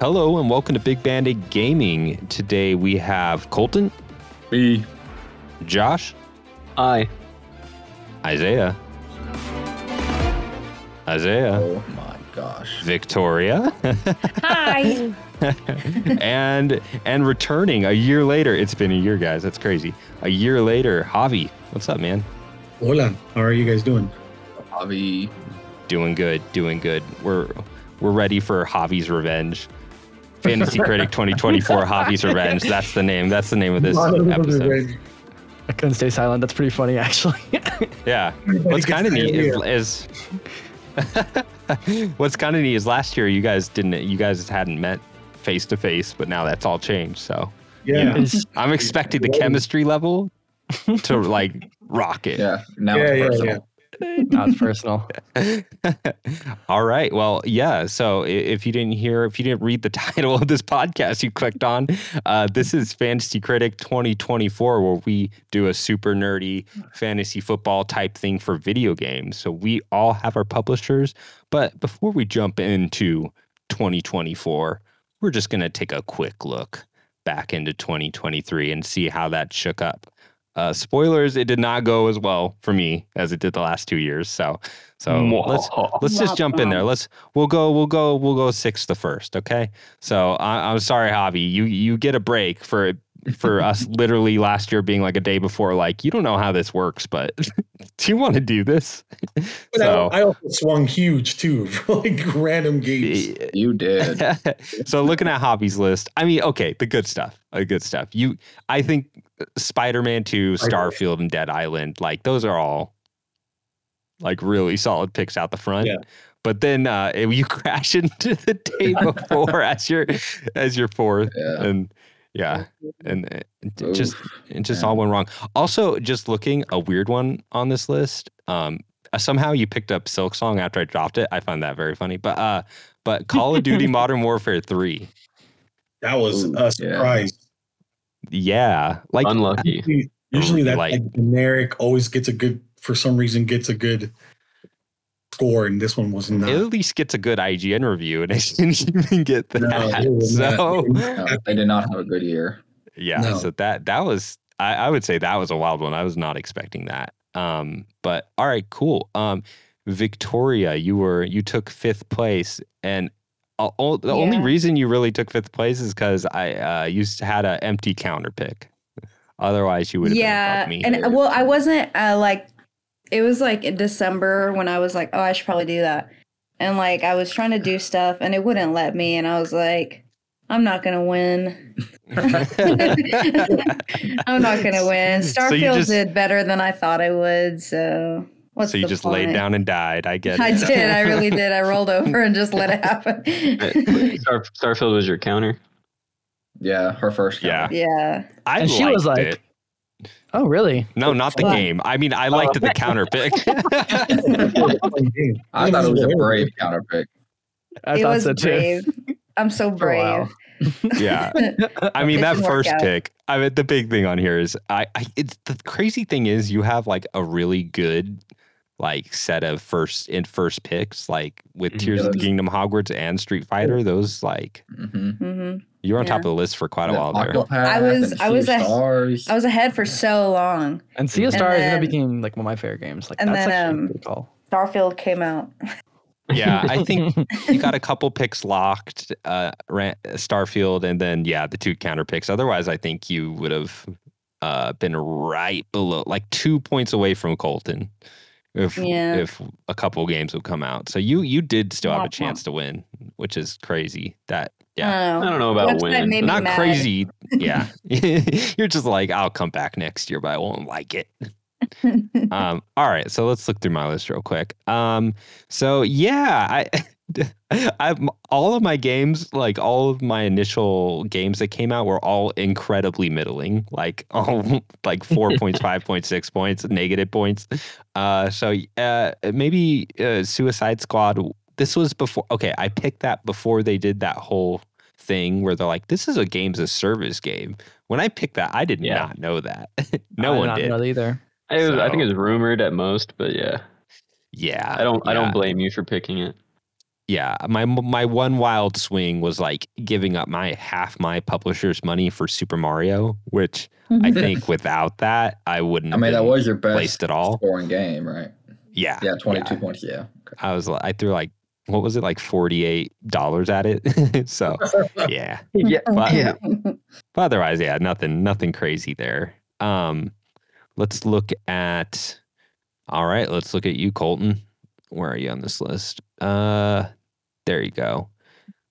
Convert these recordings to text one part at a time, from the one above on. Hello and welcome to Big Bandit Gaming. Today we have Colton, Me. Josh, I. Isaiah, Isaiah, Oh my gosh. Victoria, Hi. and and returning a year later. It's been a year, guys. That's crazy. A year later, Javi. What's up, man? Hola, how are you guys doing? Javi. Doing good, doing good. We're we're ready for Javi's revenge. Fantasy Critic 2024 Javi's Revenge. That's the name. That's the name of this episode. I couldn't stay silent. That's pretty funny, actually. Yeah. What's kind of neat is, is what's kind of neat is last year you guys didn't you guys hadn't met face to face, but now that's all changed. So yeah, It's- I'm expecting the chemistry level to like rocket. Yeah. Now Yeah, it's yeah, personal. yeah. no, it's personal. All right. Well, yeah. So i- if you didn't hear, if you didn't read the title of this podcast you clicked on, uh, this is Fantasy Critic 2024, where we do a super nerdy fantasy football type thing for video games. So we all have our publishers. But before we jump into 2024, we're just going to take a quick look back into 2023 and see how that shook up. Uh, spoilers, it did not go as well for me as it did the last two years. So, so let's let's just jump in there. Let's we'll go we'll go we'll go six the first. Okay. So I, I'm sorry, Javi. You you get a break for for us literally last year being like a day before. Like you don't know how this works, but do you want to do this? But I, I also swung huge too for like random games. You did. so looking at hobbies list, I mean, okay, the good stuff, the good stuff. You, I think uh, Spider-Man Two, Starfield, and Dead Island, like those are all like really solid picks out the front. Yeah. But then uh, it- you crash into the day before as your as your fourth, Yeah. and yeah, and it it just Oof. it just yeah. all went wrong. Also, just looking a weird one on this list. Um, somehow you picked up Silk Song after I dropped it. I found that very funny. But uh, but Call of Duty Modern Warfare Three. That was Ooh, yeah. a surprise. Yeah, like Unlucky. Usually- Usually that Like- like, generic always gets a good for some reason gets a good score, and this one was not. it at least gets a good IGN review, and I didn't even get that. No, it was not. so No, they did not have a good year. yeah, No. so that that was I, I would say that was a wild one. I was not expecting that. Um, but all right, cool. Um, Victoria, you were you took fifth place, and uh, o- the only Yeah. reason you really took fifth place is because I uh, used had an empty counter pick. Otherwise, you would have yeah, been above me. and well, I wasn't uh, like it was like in December when I was like, oh, I should probably do that, and like I was trying to do stuff and it wouldn't let me, and I was like, I'm not gonna win. I'm not gonna win. So Starfield you just- did better than I thought I would, so what's so you the just laid point? down and died. I get. I it. did. I really did. I rolled over and just let it happen. Star, Starfield was your counter. Yeah, her first. Yeah. round. yeah. I And she was liked like- it. Oh, really? No, not the What? game. I mean, I liked the counter pick. I thought it was a brave counter pick. I it thought was so too. brave. I'm so For a while. brave. yeah. I mean, It that didn't work first out. pick. I mean, the big thing on here is I, I. It's the crazy thing is you have like a really good like set of first in first picks like with Mm-hmm. Mhm. Tears of the Those- Kingdom, Hogwarts, and Street Fighter. Those like Mm-hmm. hmm you were on Yeah. top of the list for quite a while there. I was- I was a- Stars. I was ahead for so long. And Sea of And Stars that then- became like one of my favorite games. Like and that's then, actually a um, good call. Starfield came out. Yeah, I think you got a couple picks locked, uh, Ran- Starfield, and then yeah, the two counter picks. Otherwise, I think you would have uh, been right below, like two points away from Colton, if Yeah. if a couple games would come out. So you you did still have a Womp womp. chance to win, which is crazy. That yeah, I I don't know. don't know about That's what I when. made me not mad. crazy. Yeah, you're just like I'll come back next year, but I won't like it. um, all right, so let's look through my list real quick. Um, so yeah, I, I've all of my games, like all of my initial games that came out, were all incredibly middling, like all like four points, five points, six points, negative points. Uh, so uh, maybe uh, Suicide Squad. This was before. Okay, I picked that before they did that whole thing where they're like, "This is a games as service game." When I picked that, I did Yeah. not know that. no I did one not did. know that either. It was, I So- think it was rumored at most, but yeah, Yeah, I don't. I yeah. don't blame you for picking it. yeah, my my one wild swing was like giving up my half my publisher's money for Super Mario, which I Mm-hmm. think without that I wouldn't. I mean, that been was your best placed at all. scoring game, right? Yeah, Yeah, 22 points. Yeah. I was li- I threw like what was it like forty eight dollars at it. so yeah, Yeah. but, Yeah. but otherwise, yeah, nothing nothing crazy there. Um, let's look at. All right, let's look at you, Colton. Where are you on this list? Uh, there you go.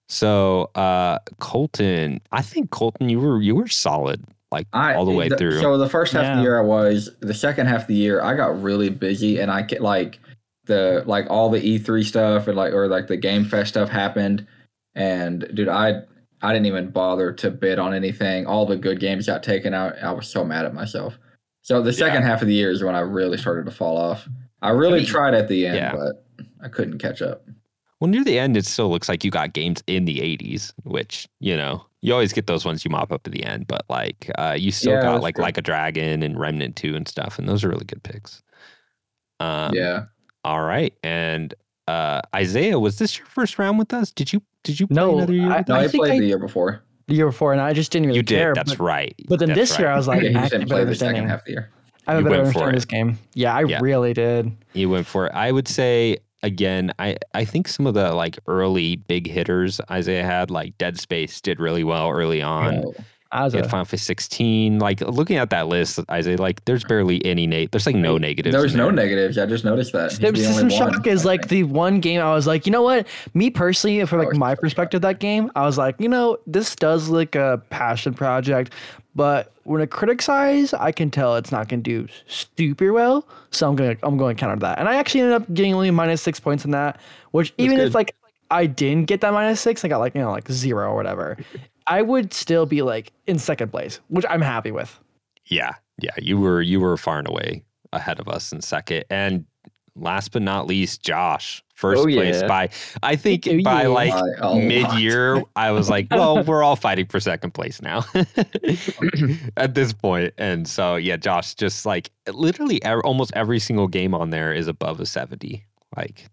So, uh, Colton, I think Colton, you were you were solid like I, all the way through. So the first half of Yeah. the year I was. The second half of the year I got really busy, and I get like the like all the E3 stuff and like or like the Game Fest stuff happened, and dude, I I didn't even bother to bid on anything. All the good games got taken out. I was so mad at myself. So the second half of the year is when I really started to fall off. I really mean, tried at the end, yeah. but I couldn't catch up. well, near the end, it still looks like you got games in the '80s, which you know you always get those ones you mop up at the end. But like, uh, you still Yeah, got that's like true. like a dragon and Remnant Two and stuff, and those are really good picks. Um, yeah, All right, and uh, Isaiah, was this your first round with us? Did you did you play No, another year? I- with no, us? I, I think played I- the year before. The year before, and I just didn't really you did. care. that's but, right. but then That's this year, right. I was like, yeah, I you have a didn't better play the second understanding. half of the year. I have You a better went for understanding of it. this game. Yeah, I Yeah. really did. you went for it. I would say again, I I think some of the like early big hitters Isaiah had, like Dead Space, did really well early on. So, I was You a, had Final Fantasy 16. Like looking at that list, Isaiah, like there's barely any Nate. There's like no negatives. There's in no there. negatives. I just noticed that. He's System, the only System one, Shock is I like think. the one game I was like, you know what? Me personally, from like Always my System Shock. perspective, that game, I was like, you know, this does look a passion project, but when a critic's eyes, I can tell it's not going to do super well. So I'm gonna I'm going to counter that, and I actually ended up getting only minus six points in that, which even if good. like I didn't get that minus six, I got like you know like zero or whatever. I would still be like in second place, which I'm happy with. Yeah, yeah. You were you were far and away ahead of us in second, and last but not least, Josh first Oh, place yeah. by I think Oh, by yeah. like By a lot. mid year, I was like, well, we're all fighting for second place now at this point. And so, yeah, Josh, just like literally ev- almost every single game on there is above a 70. Like,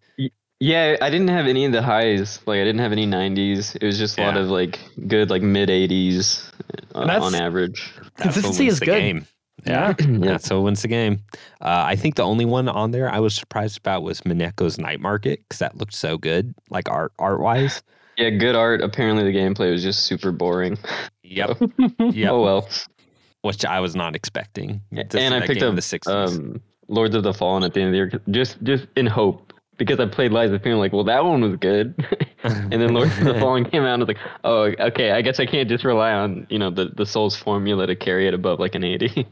Yeah, I didn't have any of the highs. Like I didn't have any 90s. It was just a lot Yeah. of like good like mid 80s uh, And that's- on average. that's what Consistency wins is the good. game. Yeah. Yeah, so wins the game. Uh, I think the only one on there I was surprised about was Mineko's Night Market because that looked so good, like art art wise. Yeah, good art. Apparently the gameplay was just super boring. Yep, yep. Oh well. Which I was not expecting. Just and I that picked game in up the six. um, Lords of the Fallen at the end of the year, just just in hope because I played Lies of Fear. I'm like, well, that one was good, and then Lords of the Fallen came out. and I was like, oh, okay, I guess I can't just rely on you know the the Souls formula to carry it above like an 80.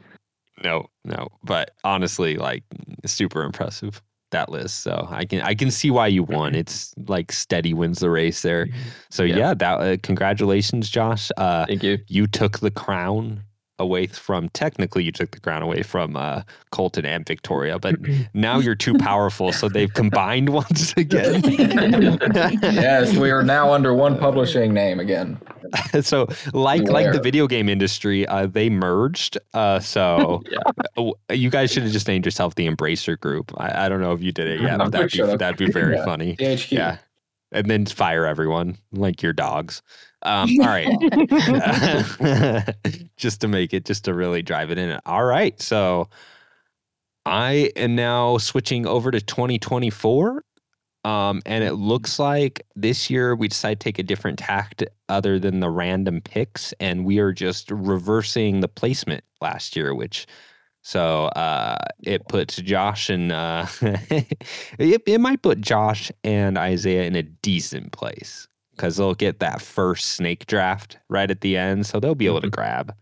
no no but honestly like super impressive that list so i can i can see why you won it's like steady wins the race there so Yeah. yeah that uh, congratulations josh uh Thank you. you took the crown away from technically you took the crown away from uh colton and victoria but now you're too powerful so they've combined once again yes, we are now under one publishing name again. so like like the Where? video game industry uh, they merged uh, so Yeah. w- you guys should have just named yourself the embracer group i, I don't know if you did it yet No, but that'd shut be, up. that'd be very Yeah. funny DHQ. yeah and then fire everyone like your dogs um, all right just to make it, just to really drive it in. All right. So I am now switching over to 2024. Um, and Mm-hmm. it looks like this year we decided to take a different tact other than the random picks. And we are just reversing the placement last year, which. So uh, it puts Josh and uh, it, it might put Josh and Isaiah in a decent place because they'll get that first snake draft right at the end, so they'll be able to grab.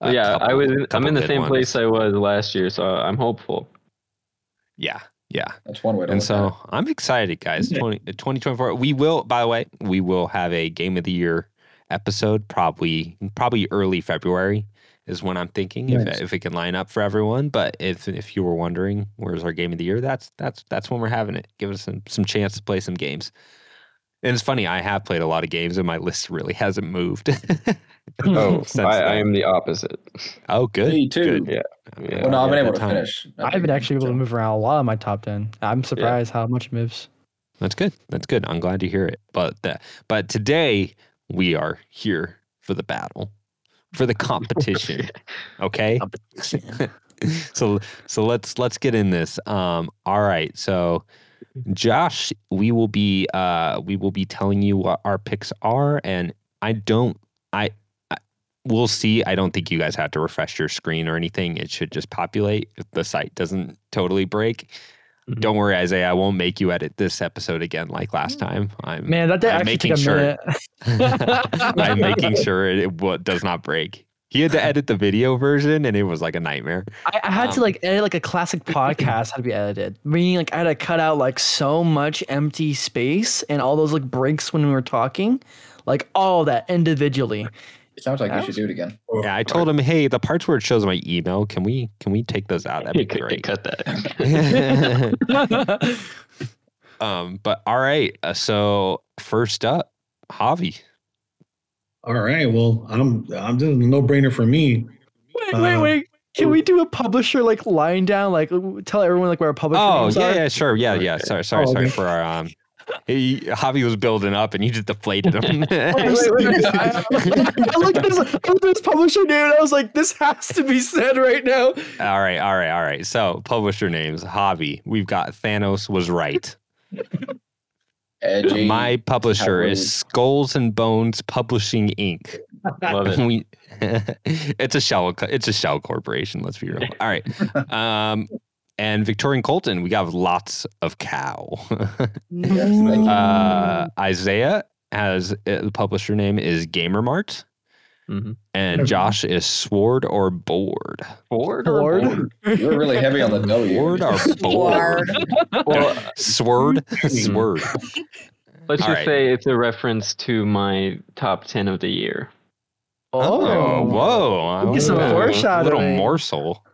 a Mm-hmm. yeah, I couple- was. I'm couple in the good same ones. place I was last year, so I'm hopeful. Yeah, yeah. That's one way to And look at so I'm excited, guys. 20, 2024. We will. By the way, we will have a game of the year episode probably probably early February is when I'm thinking if, Nice. if it can line up for everyone. But if if you were wondering where's our game of the year, that's that's that's when we're having it. Give us some some chance to play some games. And it's funny, I have played a lot of games, and my list really hasn't moved. Oh, Since I, I then. am the opposite. Oh, it. good. Me too. good. Yeah. Yeah. Well, no, I've Yeah, been that able to time. finish. I've been actually able to move around a lot in my top ten. I'm surprised how much it moves. That's good. That's good. I'm glad to hear it. But the, but today we are here for the battle, for the competition. Okay. so so let's let's get in this. Um. All right. So, Josh, we will be uh we will be telling you what our picks are, and I don't I. I- We'll see. I don't think you guys have to refresh your screen or anything. It should just populate if the site doesn't totally break. Mhm. Don't worry, Isaiah. I won't make you edit this episode again like last time. I'm Man, that did I'm actually making take a sure- minute. I'm making sure it, it wa- does not break. He had to edit the video version, and it was like a nightmare. I, I had to Um, like edit like a classic podcast had to be edited. Meaning like I had to cut out like so much empty space and all those like breaks when we were talking, like all that individually. It sounds like you That should do it again. Yeah, I told him, "Hey, the parts where it shows my email, can we can we take those out? Oh, That'd be Cut- great." Cut that. um, but all right. uh, So first up, Javi. All right. Well, I'm I'm just a no brainer for me. wait, wait, Uh, wait. Can we do a publisher like line down? Like w- tell everyone like where our publisher Oh names yeah, are? yeah, sure, yeah, yeah. Okay. Sorry, sorry, Oh, sorry okay. for our um. he- Javi was building up, and you just deflated him. Wait, wait, wait, wait. I, I looked at this, I looked at this publisher dude. and I was like, this has to be said right now. All right, all right, all right. So publisher names, hobby. We've got Thanos was right. Edgy. My publisher rude. is Skulls and Bones Publishing Inc. Love it. We, it's a shell. co- It's a shell corporation. Let's be real. All right. Um, and Victorian Colton. We got lots of cow. uh, Isaiah has uh, the publisher name is Gamermart, Mhm. and Okay. Josh is Sword or Board. Board or Lord. board? you were really heavy on the W. Board or Board. Sword. Oh, Well, Sword. kidding. Sword. let's All just right. say it's a reference to my top ten of the year. Oh, Oh, whoa. Get some Wow. foreshadowing. Little morsel.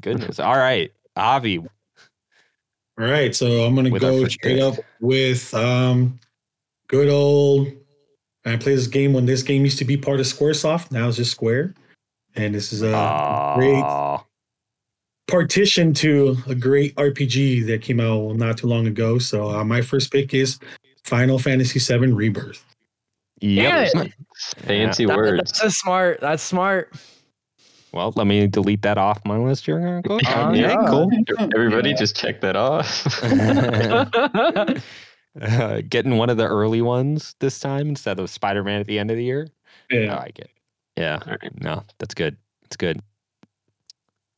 Goodness. All right. Avi. All right. So I'm gonna With our go first straight pick. up with um, good old. I played this game when this game used to be part of SquareSoft. Now it's just Square, and this is a Ah. great Aw. partition to a great RPG that came out not too long ago. So uh, my first pick is Final Fantasy VII Rebirth. Yep. Fancy That- words. that's smart. That's smart. Well, let me delete that off my list here. Uncle. Oh, Okay, yeah. cool. Everybody Yeah. just check that off. Uh, getting one of the early ones this time instead of Spider Man at the end of the year. I Yeah. like it. Yeah. All right. No, that's good. That's good.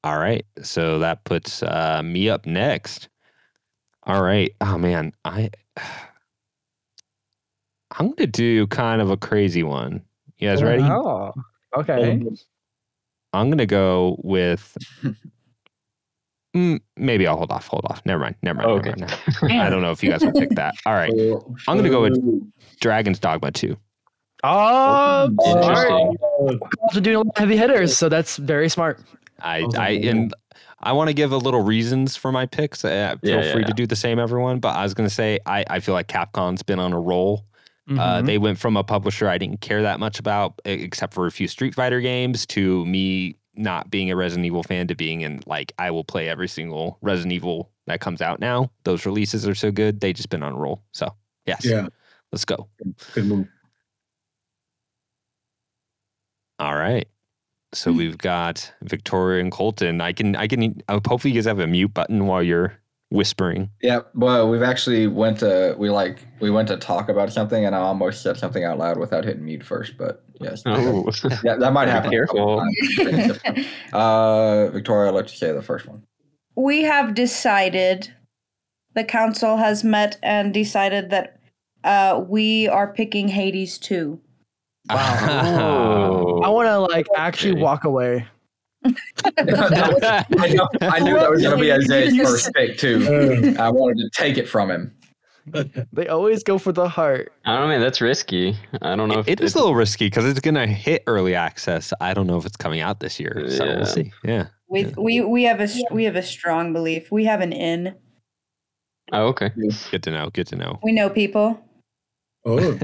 All right. So that puts uh, me up next. All right. Oh man, I I'm gonna do kind of a crazy one. You guys ready? Uh-huh. Oh, okay. I'm gonna go with. Mm, maybe I'll hold off. Hold off. Never mind. Never mind. Oh, never okay. mind, never mind. I don't know if you guys will pick that. All right. I'm gonna go with- Dragon's Dogma 2. Oh, smart. Interesting. Also doing a lot of heavy hitters, so that's very smart. I, Okay. I and I want to give a little reasons for my picks. Uh, feel yeah, free yeah. to do the same, everyone. But I was going to say I, I feel like Capcom's been on a roll. Mm-hmm. Uh, Mhm. they went from a publisher I didn't care that much about, e- except for a few Street Fighter games, to me not being a Resident Evil fan to being in like I will play every single Resident Evil that comes out now. Those releases are so good. They just been on a roll. So yes, Yeah. let's go. Good move. All right. So we've got Victoria and Colton. I can I can uh, hopefully you guys have a mute button while you're whispering. Yeah, well, we've actually went to we like we went to talk about something, and I almost said something out loud without hitting mute first. But yes, Oh. yeah, that might Be happen. a couple times. uh, Victoria, I'll let you say the first one. we have decided the council has met and decided that uh, we are picking Hades 2. Uh, Wow. I want to like actually Okay. walk away. That was- I, know- I knew that was gonna be Isaiah's You first pick too. Uh, I wanted to take it from him. They always go for the heart. I don't know, man. That's risky. I don't know if it is it's- a little risky because it's gonna hit early access. I don't know if it's coming out this year, so Yeah. we'll see. Yeah, We we we have a s- we have a strong belief. We have an in. Oh, okay. good to know. Good to know. We know people. oh,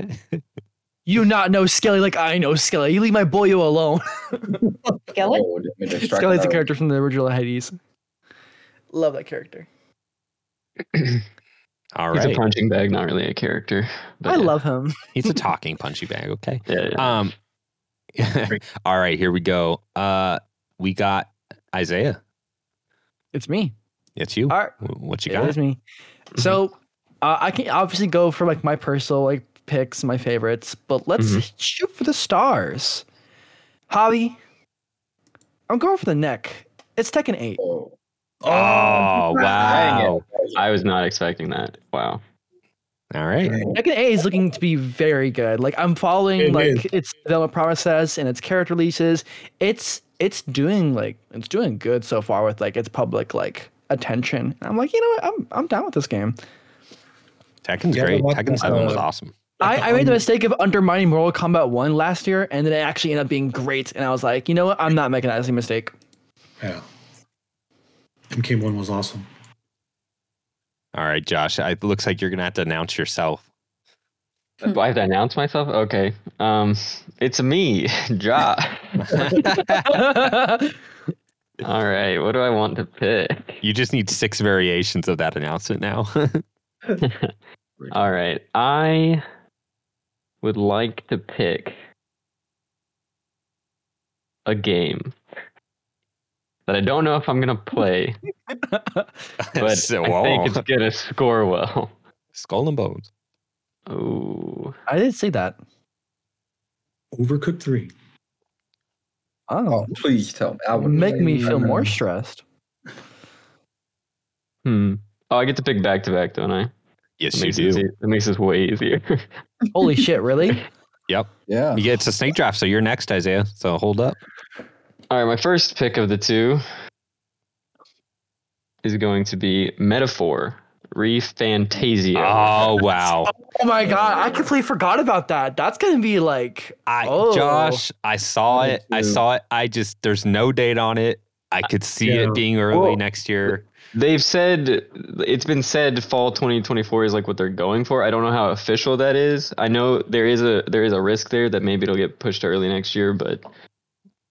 You not know Skelly like I know Skelly. You leave my boyo alone. Skillet? Oh, didn't mean to strike Skelly's a another- character from the original Hades. Love that character. All He's right. a punching bag, not really a character. but I yeah. love him. He's a talking punchy bag. Okay. Yeah, yeah. Um. all right. Here we go. Uh, we got Isaiah. It's me. It's you. All right. Wh- What you It is got? me. So uh, I can obviously go for like my personal like picks, my favorites, but let's shoot for the stars. Hobby. I'm going for the neck. It's Tekken 8. Oh, Oh wow! I was not expecting that. Wow. All right. Tekken 8 is looking to be very good. Like I'm following It like is. its development process and its character releases. It's it's doing like it's doing good so far with like its public like attention. I'm like, you know what? I'm I'm down with this game. Tekken's Yeah, great. but what- Tekken Seven was uh, awesome. the I, I made the only- mistake of undermining Mortal Kombat 1 last year, and then it actually ended up being great. And I was like, you know what? I'm not making that same mistake. Yeah. MK1 was awesome. All right, Josh. I- It looks like you're gonna have to announce yourself. Hmm. Do I have to announce myself? Okay. Um, it's me, Ja. All right. What do I want to pick? You just need six variations of that announcement now. All right. I would like to pick a game that I don't know if I'm going to play, but so, I whoa. think it's going to score well. Skull and Bones. Oh, I didn't say that. Overcooked 3. Oh, please tell me. I would make me love feel that. more stressed. hmm. Oh, I get to pick back to back, don't I? Yes, That you makes this do. e- That makes this way easier. Holy shit, really? Yeah. Yeah, it's a snake draft, so you're next, Isaiah. So hold up. All right, my first pick of the two is going to be Metaphor Refantasia. Oh wow! Oh my god, I completely forgot about that. That's gonna be like, I Oh. Josh, I saw Me it. I too. saw it. I just there's no date on it. I could see Yeah. it being early Well, next year. They've said it's been said fall 2024 is like what they're going for. I don't know how official that is. I know there is a there is a risk there that maybe it'll get pushed to early next year, but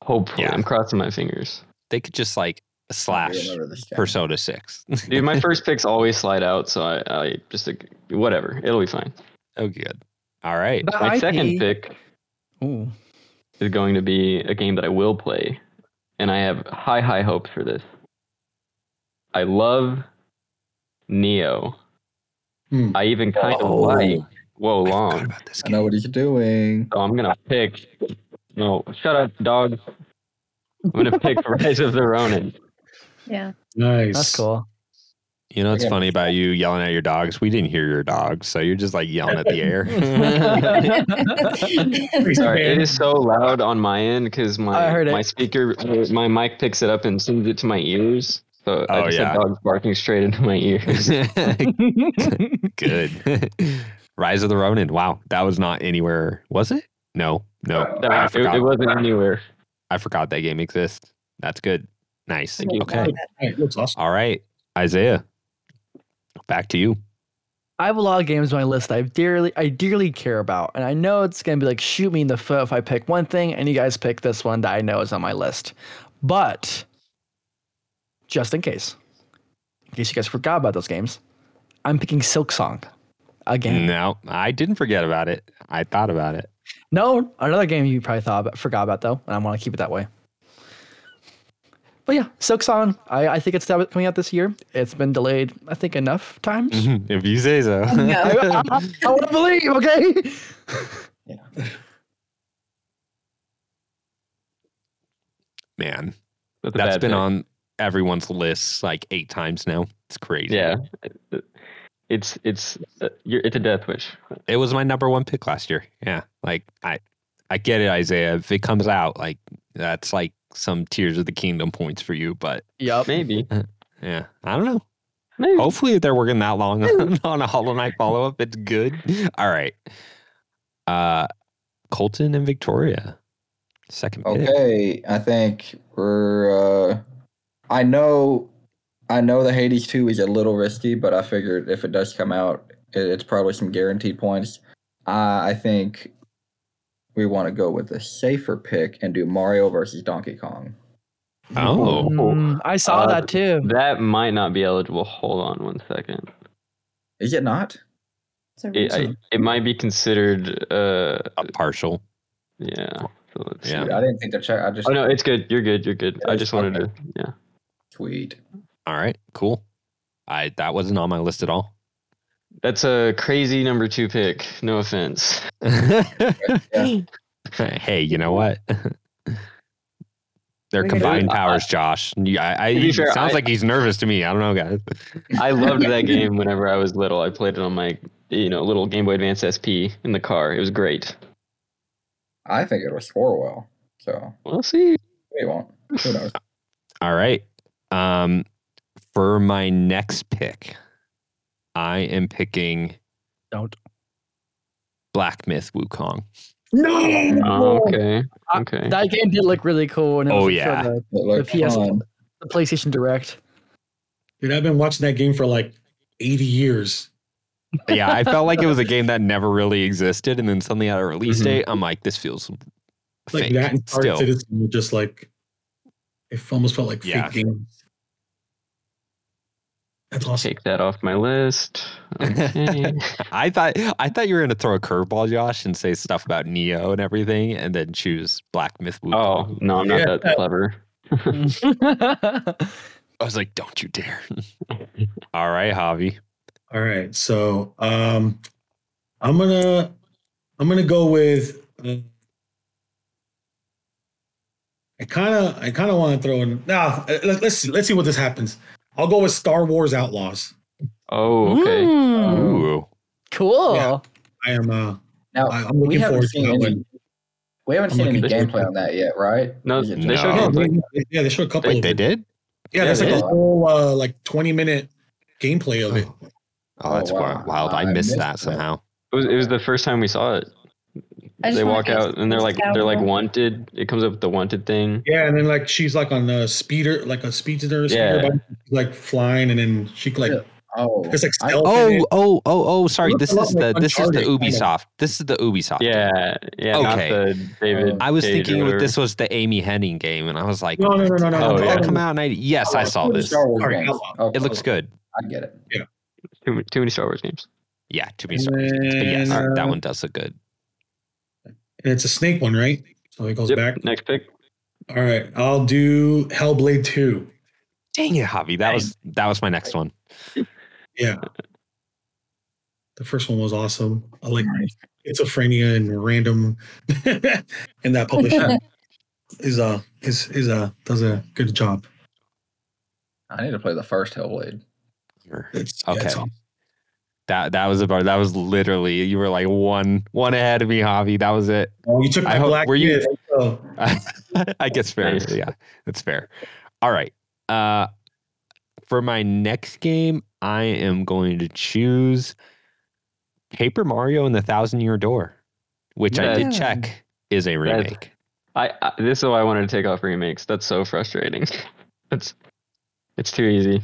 hopefully, Yeah. I'm crossing my fingers. They could just like I slash remember this guy. Persona Six. Dude, my first picks always slide out, so I, I just like, whatever, it'll be fine. oh, good. All right. The My IP second pick Ooh. is going to be a game that I will play, and I have high, high hopes for this. I love Neo. Hmm. I even kind of Oh. like Whoa I forgot Long. about this I game. know what he's doing. So I'm gonna pick. No, shut up, dog. I'm gonna pick Rise of the Ronin. Yeah. Nice. That's cool. You know what's Okay. funny about you yelling at your dogs? We didn't hear your dogs, so you're just like yelling at the air. Sorry, it is so loud on my end because I my heard it. my speaker, my mic picks it up and sends it to my ears. So I Oh, just yeah. Oh, had dogs barking straight into my ears. good. Rise of the Ronin. Wow, that was not anywhere. Was it? No, no. Uh, No, I it, forgot. it wasn't anywhere. I forgot that game exists. That's good. Nice. Thank you. Okay. Hey, looks awesome. All right, Isaiah. Back to you. I have a lot of games on my list that I dearly, I dearly care about, and I know it's gonna be like shoot me in the foot if I pick one thing, and you guys pick this one that I know is on my list. But just in case, in case you guys forgot about those games, I'm picking Silk Song again. No, I didn't forget about it. I thought about it. No, another game you probably thought about, forgot about though, and I want to keep it that way. But yeah, Silk Song, I, I think it's coming out this year. It's been delayed, I think, enough times. if you say so. Oh, No. I, want to believe, okay? Man, That's a that's bad been pick. on everyone's list like eight times now. It's crazy. Yeah, it's it's uh, you're, it's a death wish. It was my number one pick last year. Yeah. Like I I get it, Isaiah. If it comes out, like that's like some Tears of the Kingdom points for you. But Yep. Maybe. yeah. I don't know. Maybe. Hopefully if they're working that long on, on a Hollow Knight follow up. It's good. All right. Uh Colton and Victoria. Second pick. Okay, I think we're. Uh, I know, I know the Hades two is a little risky, but I figured if it does come out, it, it's probably some guaranteed points. I I think we want to go with a safer pick and do Mario versus Donkey Kong. Oh. Mm, I saw Uh, that too. That might not be eligible. Hold on one second. Is it not? It's a It, I, it might be considered. Uh, A partial. yeah. So let's Yeah. see. Dude, I didn't think to check. I just Oh no, it's good. You're good. You're good. I Yes, just wanted okay. to. Yeah. sweet. All right, cool. I that wasn't on my list at all. That's a crazy number two pick. No offense. hey, you know what? They're Maybe. combined I- powers, Josh. You- I, I, To be he fair, sounds I- like he's nervous to me. I don't know, guys. I loved that game whenever I was little. I played it on my, you know, little Game Boy Advance SP in the car. It was great. I think it'll score well. So We'll see. maybe it won't. Who knows? All right. Um, for my next pick, I am picking Don't. Black Myth Wukong. No. Oh, okay. Okay. That game did look really cool. When it Oh, was for yeah. the, It looked The PS fun. the PlayStation Direct. Dude, I've been watching that game for like 80 years. Yeah, I felt like it was a game that never really existed, and then suddenly at a release Mhm. date, I'm like, this feels Like fake. that and Star Still, Citizen were just like, it almost felt like Yeah. fake games. That's awesome. Take that off my list. Okay. I thought I thought you were gonna throw a curveball, Josh, and say stuff about Neo and everything, and then choose Black Myth Wukong. oh no, I'm not that clever. I was like, don't you dare! All right, Javi. All right, so um, I'm gonna I'm gonna go with. Uh, I kind of I kind of want to throw in. Nah, let, let's see, let's see what this happens. I'll go with Star Wars Outlaws. Oh, okay. Mm, Ooh, cool. Yeah. I am uh, Now I, I'm looking we haven't forward to seen that any. one. We haven't I'm seen any looking gameplay forward to on that yet, right? No, Is it they they showed showed Oh. gameplay. Yeah, gameplay. they, yeah, they showed a couple. wait, of they them. did. Yeah, there's like Yeah. a whole uh, like 20 minute gameplay of it. Oh, that's Oh, wow. wild. wild. I, I missed missed that that. somehow. It was, it was the first time we saw it. I just They wanna walk go out and they're like they're like scoundrel. wanted. It comes up with the wanted thing. Yeah, and then like she's like on a speeder, like a speeder, speeder Yeah. bike, like flying, and then she like Yeah. Oh, it's like I- stealth. Oh, in it. oh, oh, oh! Sorry, Looked this a lot is the like this is the Uncharted, kinda. Ubisoft. This is the Ubisoft. game. Yeah, yeah. Not Okay. the David. I was Cage or thinking whatever. this was the Amy Henning game, and I was like, No, no, no, no, Oh, no, "How no, did no, that no. come out?" And I Oh, yeah, yes, I saw Star this. Wars Sorry, games. outlaw. Okay, It looks good. I get it. too, too many Star Wars games. Yeah, too many And stars. But yes, then, that uh, one does look good. And it's a snake one, right? So it goes Yep, back. Next pick. All right, I'll do Hellblade two. Dang it, Javi! That was that was my next one. Yeah, the first one was awesome. I like schizophrenia and random, and that publisher is uh is is uh does a good job. I need to play the first Hellblade. It's, yeah, Okay, it's awesome. that that was about that was literally you were like one one ahead of me, Javi. That was it. Well, Oh, you took I my hope- black. were you- myth, so- I guess fair. Nice. Yeah, that's fair. All right. Uh, for my next game, I am going to choose Paper Mario and the Thousand Year Door, which I did Yeah. check is a That's- remake. I, I this is why I wanted to take off remakes. That's so frustrating. That's it's too easy.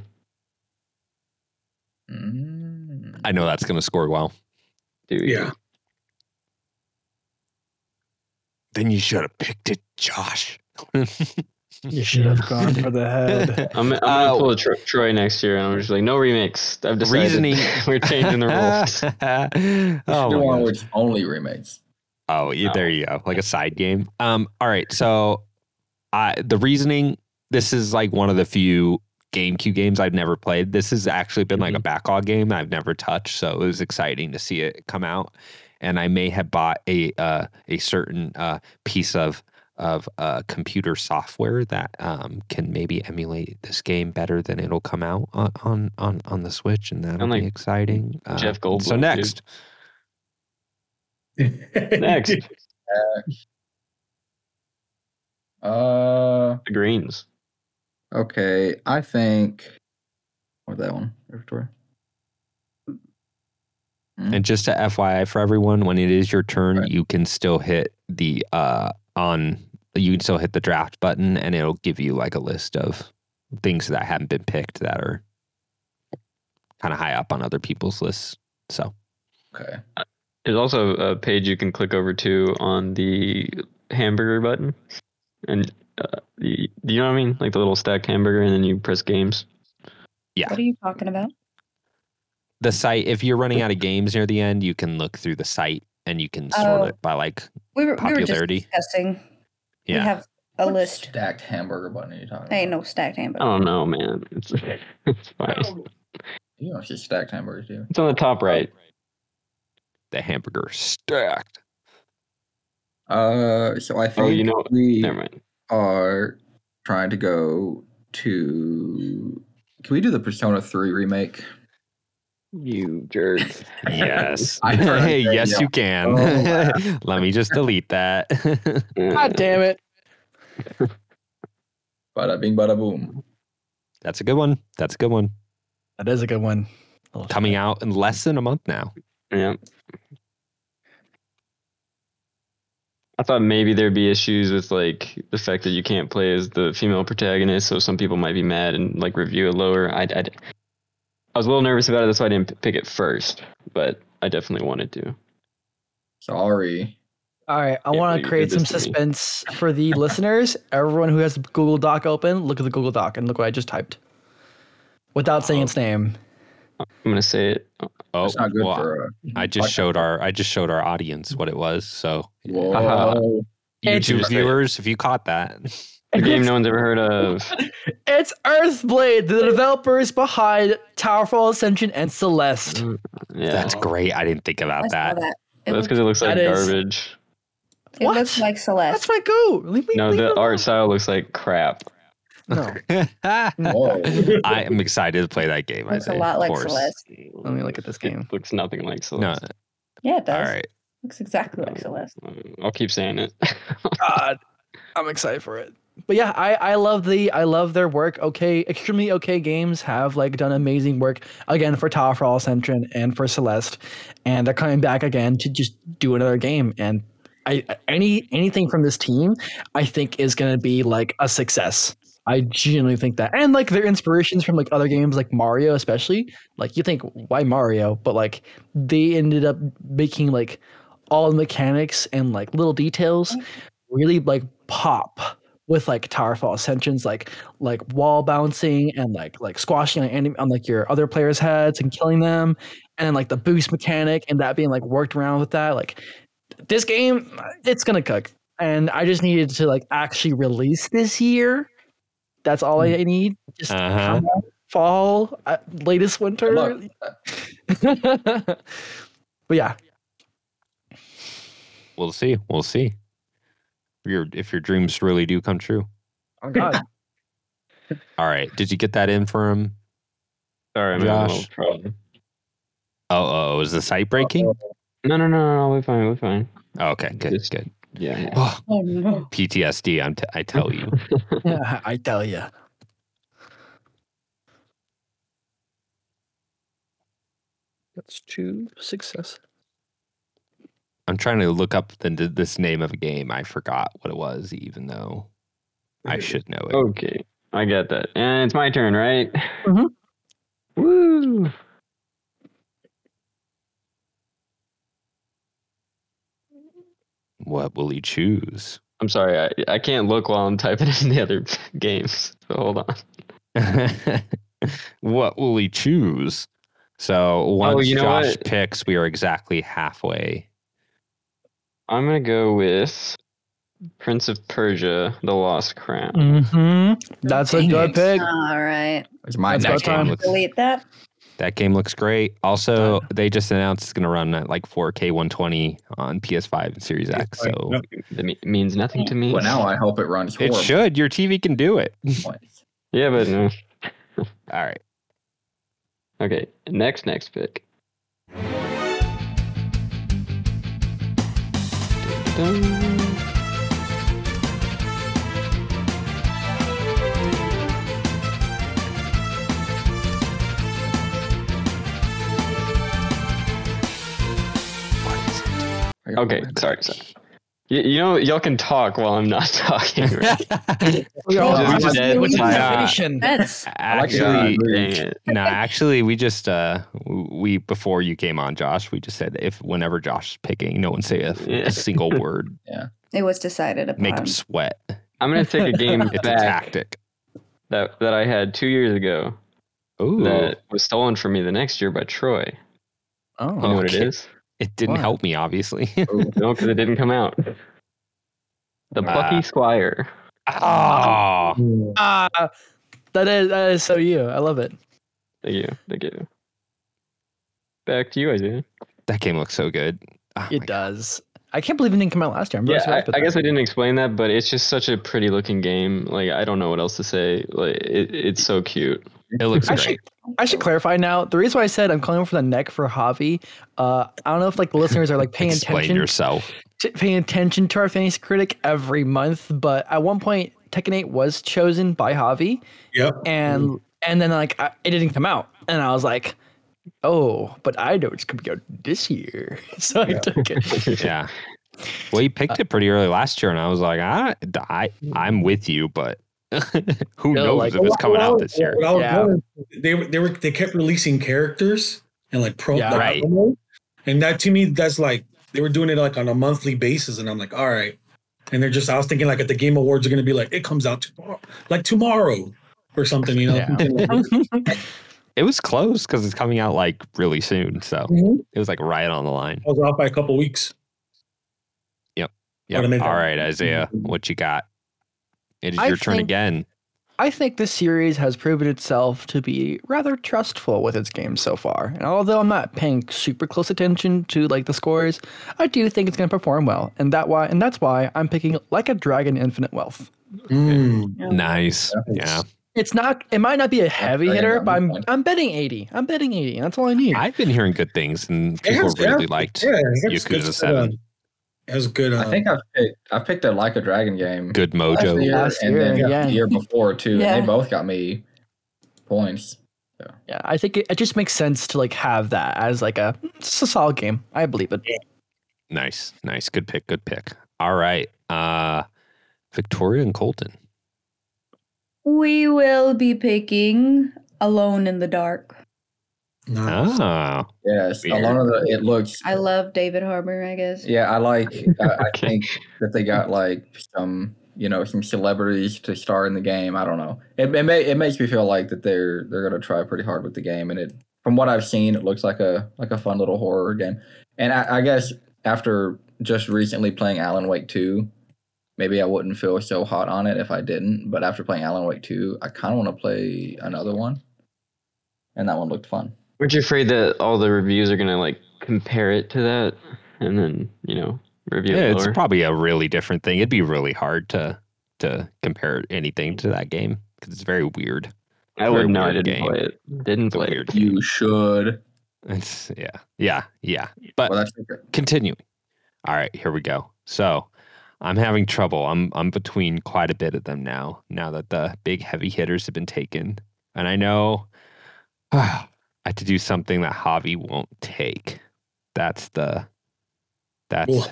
Mm. I know that's going to score well. Too easy. yeah. Then you should have picked it, Josh. You should have gone for the head. I'm, I'm gonna Uh, pull a Tro- Troy next year, and I'm just like, no remakes. I've decided. Reasoning. We're changing the rules. rules. We should do one oh, with only remakes. oh, yeah, Oh. there you go. Like a side game. Um, all right. So, I the reasoning. This is like one of the few GameCube games I've never played. This has actually been Mm-hmm. like a backlog game I've never touched. So it was exciting to see it come out. And I may have bought a uh, a certain uh, piece of of uh, computer software that um, can maybe emulate this game better than it'll come out on on on, on the Switch, and that'll Sound like be exciting. Uh, Jeff So Goldblum, dude. next, Next, Uh, the greens. okay. I think. Or that one, Victoria. and just to FYI for everyone, when it is your turn, you can still hit the uh, on you can still hit the draft button, and it'll give you like a list of things that haven't been picked that are kind of high up on other people's lists. So Okay. There's also a page you can click over to on the hamburger button, and uh, you, you know what I mean, like the little stack hamburger, and then you press games. Yeah. What are you talking about? the site. If you're running out of games near the end, you can look through the site and you can sort Oh. it by like We were, we were just popularity. discussing. We yeah, have a list. Stacked hamburger button are you talking Ain't about? no stacked I hamburger. don't know, man. It's it's fine. You don't see stacked hamburgers, do you? It's on the top right. the hamburger stacked. Uh, so I think Oh, you know. we Never mind. are trying to go to. Can we do the Persona 3 remake? You jerk. Yes. I heard hey, that, yes, yeah. you can. Oh, wow. Let me just delete that. Uh, God damn it. Bada bing, bada boom. That's a good one. That's a good one. That is a good one. Coming out in less than a month now. Yeah. I thought maybe there'd be issues with like the fact that you can't play as the female protagonist, so some people might be mad and like review it lower. I, I, I was a little nervous about it, that's why I didn't p- pick it first, but I definitely wanted to. Sorry. All right, I Yeah, want to you did create some this to me. suspense for the listeners. Everyone who has the Google Doc open, look at the Google Doc and look what I just typed without saying its name. I'm gonna say it. Oh, That's not good well, for. Uh, I just showed our I just showed our audience what it was. So whoa. It's- YouTube viewers, if you caught that, A game no one's ever heard of. It's Earthblade, the developers behind Towerfall Ascension and Celeste. Mm. Yeah, that's great. I didn't think I about saw that. that. It, that's looks, because it looks like That is- garbage. it What? looks like Celeste. That's my go. Leave me, No, leave me the alone. art style looks like crap. No, Whoa. I am excited to play that game. I looks a think, lot of like course. Celeste. let me look at this game. It looks nothing like No, all Celeste. Yeah, it does. right. Looks exactly like Celeste. Uh, I'll keep saying it. God, I'm excited for it. But yeah, I, I love the I love their work. Okay, extremely okay games have like done amazing work again for Tower for All Ascension and for Celeste, and they're coming back again to just do another game. And I any anything from this team, I think is going to be like a success. I genuinely think that, and like their inspirations from like other games like Mario, especially like you think why Mario, but like they ended up making like all the mechanics and like little details really like pop with like Towerfall Ascensions, like like wall bouncing and like like squashing on, enemy, on like your other players' heads and killing them, and then like the boost mechanic and that being like worked around with that. Like this game, it's gonna cook, and I just needed to like actually release this year. That's all I need. Just Uh-huh. come out, fall, uh, latest winter. Look, but yeah, We'll see. We'll see. If your if your dreams really do come true. oh god, All right. Did you get that in for him? Sorry, I'm having a Josh. little problem. Oh, oh, is the site breaking? No, no, no, no, we're fine, we're fine. Oh, okay, good, Just- good. Yeah. yeah. Oh, Oh no. PTSD. I'm t- I tell you. I tell you. That's two success. I'm trying to look up the, this name of a game. I forgot what it was, even though I should know it. Okay, I got that. And it's my turn, right? Mhm. Woo! What will he choose? I'm sorry, I, I can't look while I'm typing in the other games. So hold on. what will he choose? So once Oh, you know Josh what? picks, we are exactly halfway. I'm gonna go with Prince of Persia: The Lost Crown. Mm. Mm-hmm. That's a Dang good it. pick. All right. It's my That's next about one. time. looks, Delete that. that game looks great. Also, they just announced it's going to run at like 4K 120 on PS5 and Series X. So Yep. That me- means nothing to me. Well, now I hope it runs it horrible. should. Your TV can do it. Yeah, but no. All right. Okay, next, next pick. Dun-dun. Okay, sorry, sorry. You, you know, y'all can talk while I'm not talking. Right? We Oh, are I on just said- with Yeah. innovation. That's like the Actually, idea. Dang it. no, actually, we just uh, we before you came on, Josh, we just said if whenever Josh is picking, no one say a, Yeah. a single word, it was decided upon. make him sweat. I'm gonna take a game It's a back tactic. that that I had two years ago Ooh, that was stolen from me the next year by Troy. You know Oh, what it Okay. is? it didn't Why? help me, obviously. No, because it didn't come out. The Plucky Ah. Squire. Ah, ah, that is that is so you. I love it. Thank you. Thank you. Back to you, Isaiah. that game looks so good. Oh It my does. I can't believe it didn't come out last year. I'm really yeah, I, surprised by I that. guess I didn't explain that, but it's just such a pretty looking game. Like I don't know what else to say. Like it, it's so cute. God. it looks I great. should, I should clarify now. The reason why I said I'm calling for the neck for Javi, uh, I don't know if like the listeners are like paying Explain attention, yourself. to, paying attention to our fantasy critic every month, but at one point Tekken 8 was chosen by Javi, Yep. and and then like I, it didn't come out, and I was like, oh, but I know it's coming out this year, so I took it. Yeah. Well, you picked it pretty early last year, and I was like, I, I I'm with you, but who No, knows like- if it's coming out this year? What I was Yeah. going- they were they were they kept releasing characters and like pro Yeah. like, Right. promo. and that to me that's like they were doing it like on a monthly basis, and I'm like, all right. And they're just I was thinking like at the game awards are gonna be like it comes out tomorrow, like tomorrow or something, you know. Yeah. It was close because it's coming out like really soon, so Mm-hmm. it was like right on the line. I was off by a couple weeks. Yeah. All Gotta make that- right, Isaiah, what you got? It is I your turn think- again. I think this series has proven itself to be rather trustful with its games so far. And although I'm not paying super close attention to like the scores, I do think it's going to perform well. And that why and that's why I'm picking Like a Dragon Infinite Wealth. Hmm. Mm. Nice. Yeah. Nice. It's not it might not be a heavy Okay, hitter, I'm but I'm fine. I'm betting 80. I'm betting 80. And that's all I need. I've been hearing good things, and It people has- it really has- liked. Yeah, it has Yakuza good, 7. uh, it has good. Uh, I think I've picked I picked a like a dragon game Good last mojo. year Last and then year, yeah. the year before too, Yeah. and they both got me points. yeah, I think it, it just makes sense to like have that as like a it's a solid game. I believe it. Nice, nice, good pick, good pick. All right, uh, Victoria and Colton. We will be picking Alone in the Dark. nice. Ah, Yes, Weird. alone of the, it looks. I love David Harbour, I guess. Yeah, I like. I, I Okay. think that they got like some, you know, some celebrities to star in the game. I don't know. It it, may, it makes me feel like that they're they're gonna try pretty hard with the game, and it from what I've seen, it looks like a like a fun little horror game. And I, I guess after just recently playing Alan Wake two, maybe I wouldn't feel so hot on it if I didn't. But after playing Alan Wake two, I kind of want to play another one, and that one looked fun. Aren't you afraid that all the reviews are gonna like compare it to that, and then you know review yeah, it it's lower? probably a really different thing. It'd be really hard to to compare anything to that game because it's very weird. I would very know. I weird didn't game. play it. Didn't It's a play weird it. game. You should. It's yeah, yeah, yeah. But Well, that's okay. continuing. All right, here we go. So I'm having trouble. I'm I'm between quite a bit of them now. Now that the big heavy hitters have been taken, and I know I have to do something that Javi won't take. That's the that's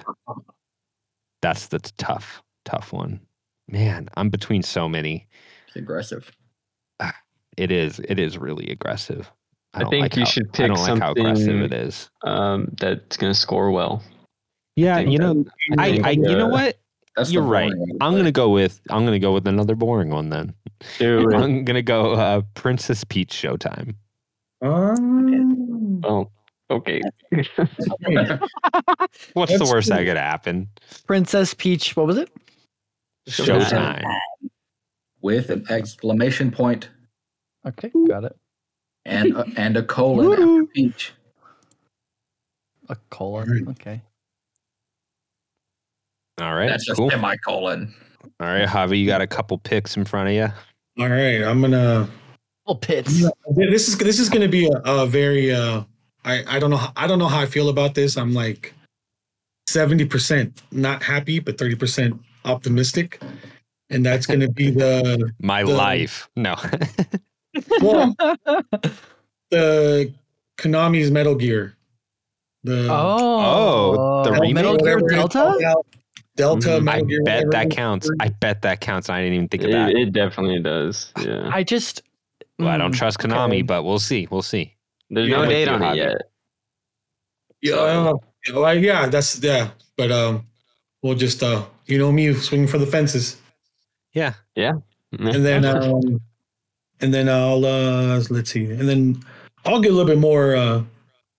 that's the tough tough one. Man, I'm between so many. It's aggressive. It is it is really aggressive. I don't think like you how- should I pick don't like how aggressive it something- is. Um, that's gonna score well. Yeah, think you know, I, think, I you know uh, what? That's the You're right. boring one to I'm play. gonna go with I'm gonna go with another boring one then. Do it. I'm gonna go uh, Princess Peach Showtime. Um, Oh, okay. What's That's the worst that good. could happen? Princess Peach, what was it? Showtime. with an exclamation point Okay, got it. and a, and a colon after each. A colon. Alright. Okay. All right, That's a cool. semicolon. All right, Javi, you got a couple picks in front of you. all right, I'm gonna. Little pits. Yeah, this is this is going to be a, a very uh I I don't know how- I don't know how I feel about this. I'm like 70% not happy but 30% optimistic. And that's going to be the My The- life. No, well, Oh. the Konami's Metal Gear. The Oh, the remake? Metal Gear whatever it's Oh, Delta? called, Delta Mm, Mhm. I Metal Gear. bet whatever that it's counts. called. I bet that counts. I didn't even think of that. It, it definitely does. Yeah. I just. well, I don't Mm, trust Konami, okay. but we'll see. We'll see. There's Yeah, no I'm with date you, on Javi. it yet. Yeah, uh, yeah, well, yeah, that's yeah, but um we'll just uh you know me swinging for the fences. Yeah. And then um and then I'll uh let's see, and then I'll get a little bit more uh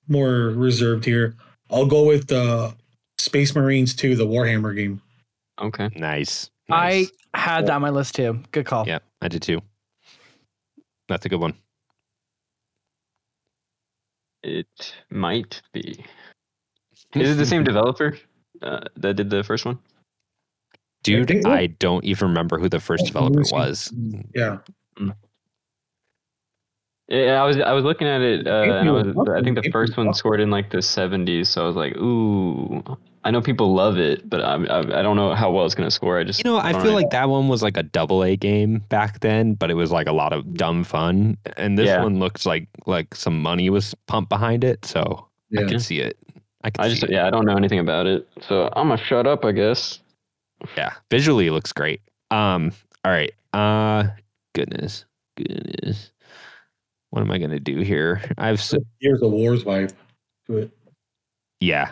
more reserved here. I'll go with uh Space Marines 2, the Warhammer game. Okay. Nice. I nice. had that on my list too. Good call. yeah, I did too. That's a good one. It might be. Is it the same developer uh, that did the first one? dude? think- I don't even remember who the first developer was. Yeah. Yeah, I was I was looking at it, uh, and I, April was, I think the April first one Buffalo. scored in like the 70s, so I was like, ooh, I know people love it, but I'm, I I don't know how well it's gonna score. I just You know, I don't feel like that one was like a double A game back then, but it was like a lot of dumb fun. And this Yeah. one looks like like some money was pumped behind it, so I Yeah. can see it. I can I see just it. yeah, I don't know anything about it, so I'm gonna shut up, I guess. yeah visually it looks great um all right uh goodness goodness what am i gonna do here i've s- Years of Wars vibe to it. yeah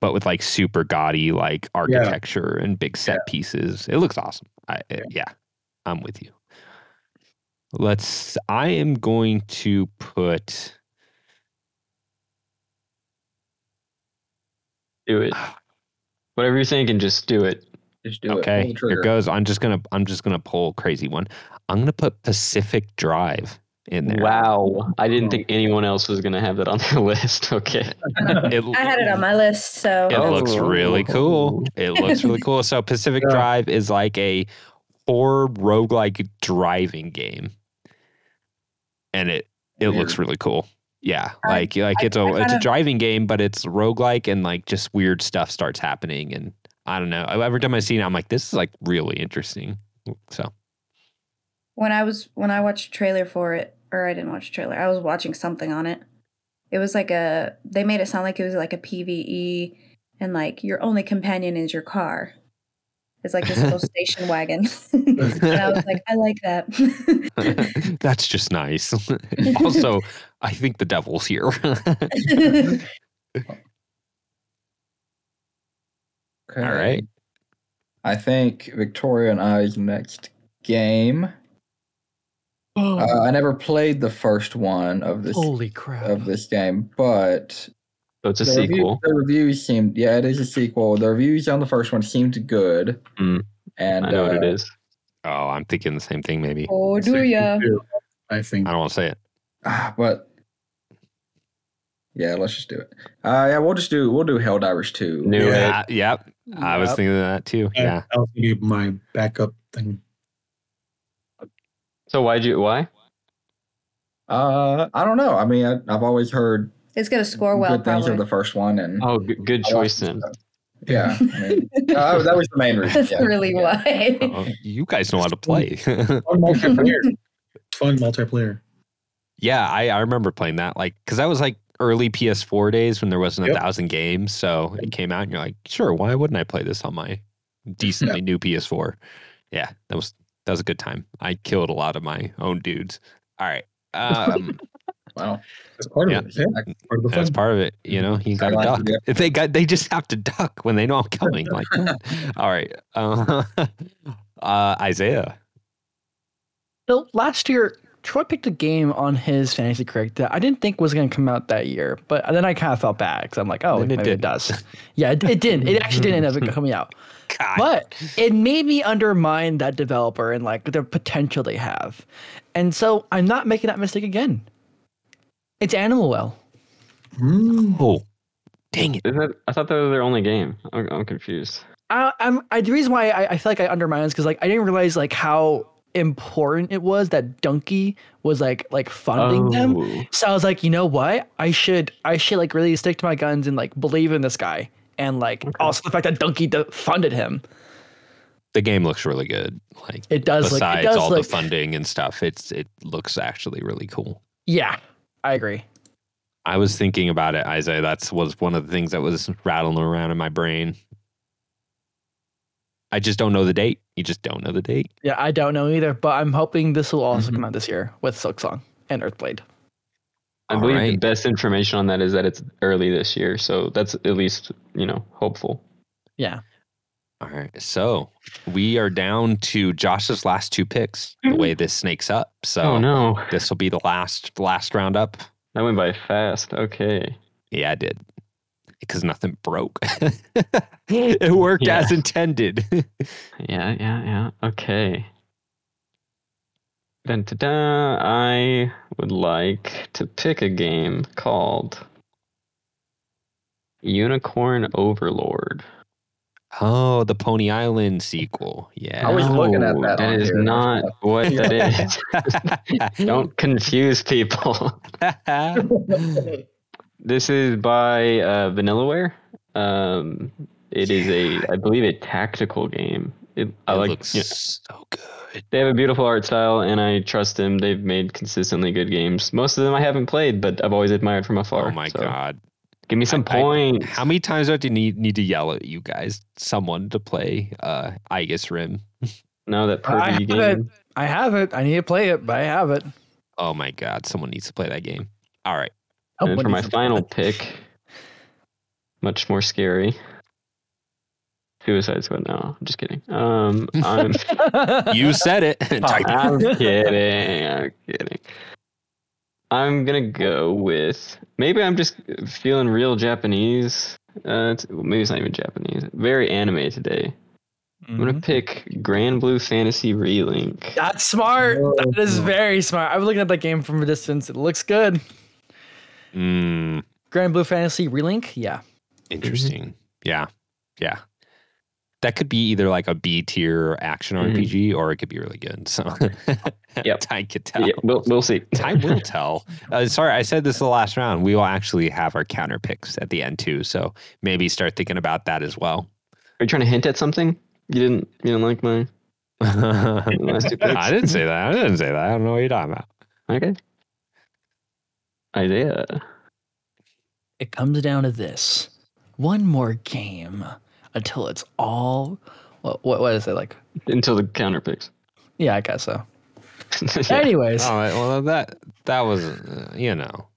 but with like super gaudy like architecture and big set pieces it looks awesome I, yeah. yeah i'm with you let's i am going to put Do it. Whatever you're saying, can just do it. Just do it. okay Pull the here trigger. goes i'm just gonna i'm just gonna pull a crazy one i'm gonna put pacific drive in there Wow, I didn't think anyone else was gonna have that on their list. Okay. It- I had it on my list, so It Oh. looks really cool. It looks really cool. So Pacific Yeah. Drive is like a horror roguelike driving game. And it it looks really cool. Yeah. I- Like like it's a I it's a kinda- driving game, but it's roguelike and like just weird stuff starts happening and I don't know. Every time I see it, I'm like, this is like really interesting. So when I was when I watched a trailer for it, or I didn't watch a trailer, I was watching something on it. It was like a they made it sound like it was like a PVE and like your only companion is your car. It's like this little station wagon. and I was like, I like that. that's just nice. also, I think the devil's here. Okay. All right. I think Victoria and I's next game. Uh, I never played the first one of this Holy crap. of this game, but So it's a the, review- sequel. the reviews seemed yeah, it is a sequel. The reviews on the first one seemed good, Mm. and I know what uh, it is. oh, I'm thinking the same thing maybe. oh, do ya? I think. I don't want to say it. ah, but yeah, let's just do it. Uh, yeah, we'll just do we'll do Helldivers two. New Yeah. it. Yeah, Uh, yep. I was Yep. thinking of that too. Yeah. Yeah. That was gonna be my backup thing. So why'd you why? Uh, I don't know. I mean, I, I've always heard It's gonna score well good things of probably. the first one, and Oh, g- good I like choice it, then. so- Yeah, I mean, uh, that was the main reason. That's yeah, really yeah. why. Oh, you guys know how to play. Fun multiplayer. Fun multiplayer. yeah, I, I remember playing that. Like, because that was like early PS4 days when there wasn't a Yep. thousand games. So it came out and you're like, sure, why wouldn't I play this on my decently new PS4? Yeah, that was that was a good time. I killed a lot of my own dudes. All right. Um, Wow. That's part of Yeah. it. Yeah. I- Part of the that's fun. part of it. You know, you got to like duck. it, If They got they just have to duck when they know I'm coming. Like, that. all right. Uh, uh, Isaiah. So last year, Troy picked a game on his fantasy critic that I didn't think was going to come out that year, but then I kind of felt bad because I'm like, oh, And it maybe didn't. it does. Yeah, it, it didn't. It actually didn't end up coming out, God. but it made me undermine that developer and like the potential they have, and so I'm not making that mistake again. It's Animal Well. Mm. Oh, dang it. Is that, I thought that was their only game. I'm, I'm confused. I, I'm I, the reason why I, I feel like I undermine is because like I didn't realize like how important it was that Donkey was like like funding them. Oh, So I was like, you know what? I should I should like really stick to my guns and like believe in this guy. And like also the fact that Donkey d- funded him. The game looks really good. Like It does like besides it does all look, the funding and stuff, it's it looks actually really cool. Yeah, I agree. I was thinking about it, Isaiah. That's was one of the things that was rattling around in my brain. I just don't know the date. You just don't know the date. Yeah, I don't know either, but I'm hoping this will also come out this year with Silk Song and Earthblade. I All believe the right. best information on that is that it's early this year, so that's at least you know hopeful. Yeah. All right. So we are down to Josh's last two picks, the way this snakes up. So Mm-hmm. Oh no, this will be the last last round up. that went by fast. Okay. Yeah, I did. Because nothing broke. it worked Yeah. as intended. Yeah, yeah, yeah. Okay. Dun, dun, dun. I would like to pick a game called Unicorn Overlord. oh, the Pony Island sequel. Yeah. Oh. I was looking at that on Oh, That is here. not what that is. Don't confuse people. This is by uh, Vanillaware. Um, it is a, I believe, a tactical game. It, I it like. looks yeah. so good. They have a beautiful art style, and I trust them. They've made consistently good games. Most of them I haven't played, but I've always admired from afar. Oh my so god. Give me some I- I- points. How many times do I need need to yell at you guys? Someone to play uh Igus Rim. no, that I pervy have it. game. I have it. I need to play it, but I have it. Oh my god, someone needs to play that game. All right. Oh, and what for my is it? final pick, much more scary. Suicide Squad. No, I'm just kidding. Um, I'm, You said it. Type- I'm kidding. I'm kidding. I'm gonna go with maybe I'm just feeling real Japanese. Uh, it's, maybe it's not even Japanese. Very anime today. I'm gonna Mhm. pick Grand Blue Fantasy Relink. That's smart. Whoa. That is very smart. I was looking at that game from a distance. It looks good. Mm, Grand Blue Fantasy Relink. Yeah. interesting. Yeah. Yeah. That could be either like a B tier action Mhm. RPG or it could be really good. So Yep. time could tell. Yeah, we'll we'll see. Time will tell. Uh, sorry, I said this the last round. We will actually have our counter picks at the end too. So maybe start thinking about that as well. Are you trying to hint at something? You didn't you didn't like my I my last two picks? didn't say that. I didn't say that. I don't know what you're talking about. Okay. Isaiah. It comes down to this: one more game until it's all. What what, what is it like? Until the counter picks. Yeah, I guess so. Yeah. Anyways. All right. Oh, Well, that that was, uh, you know.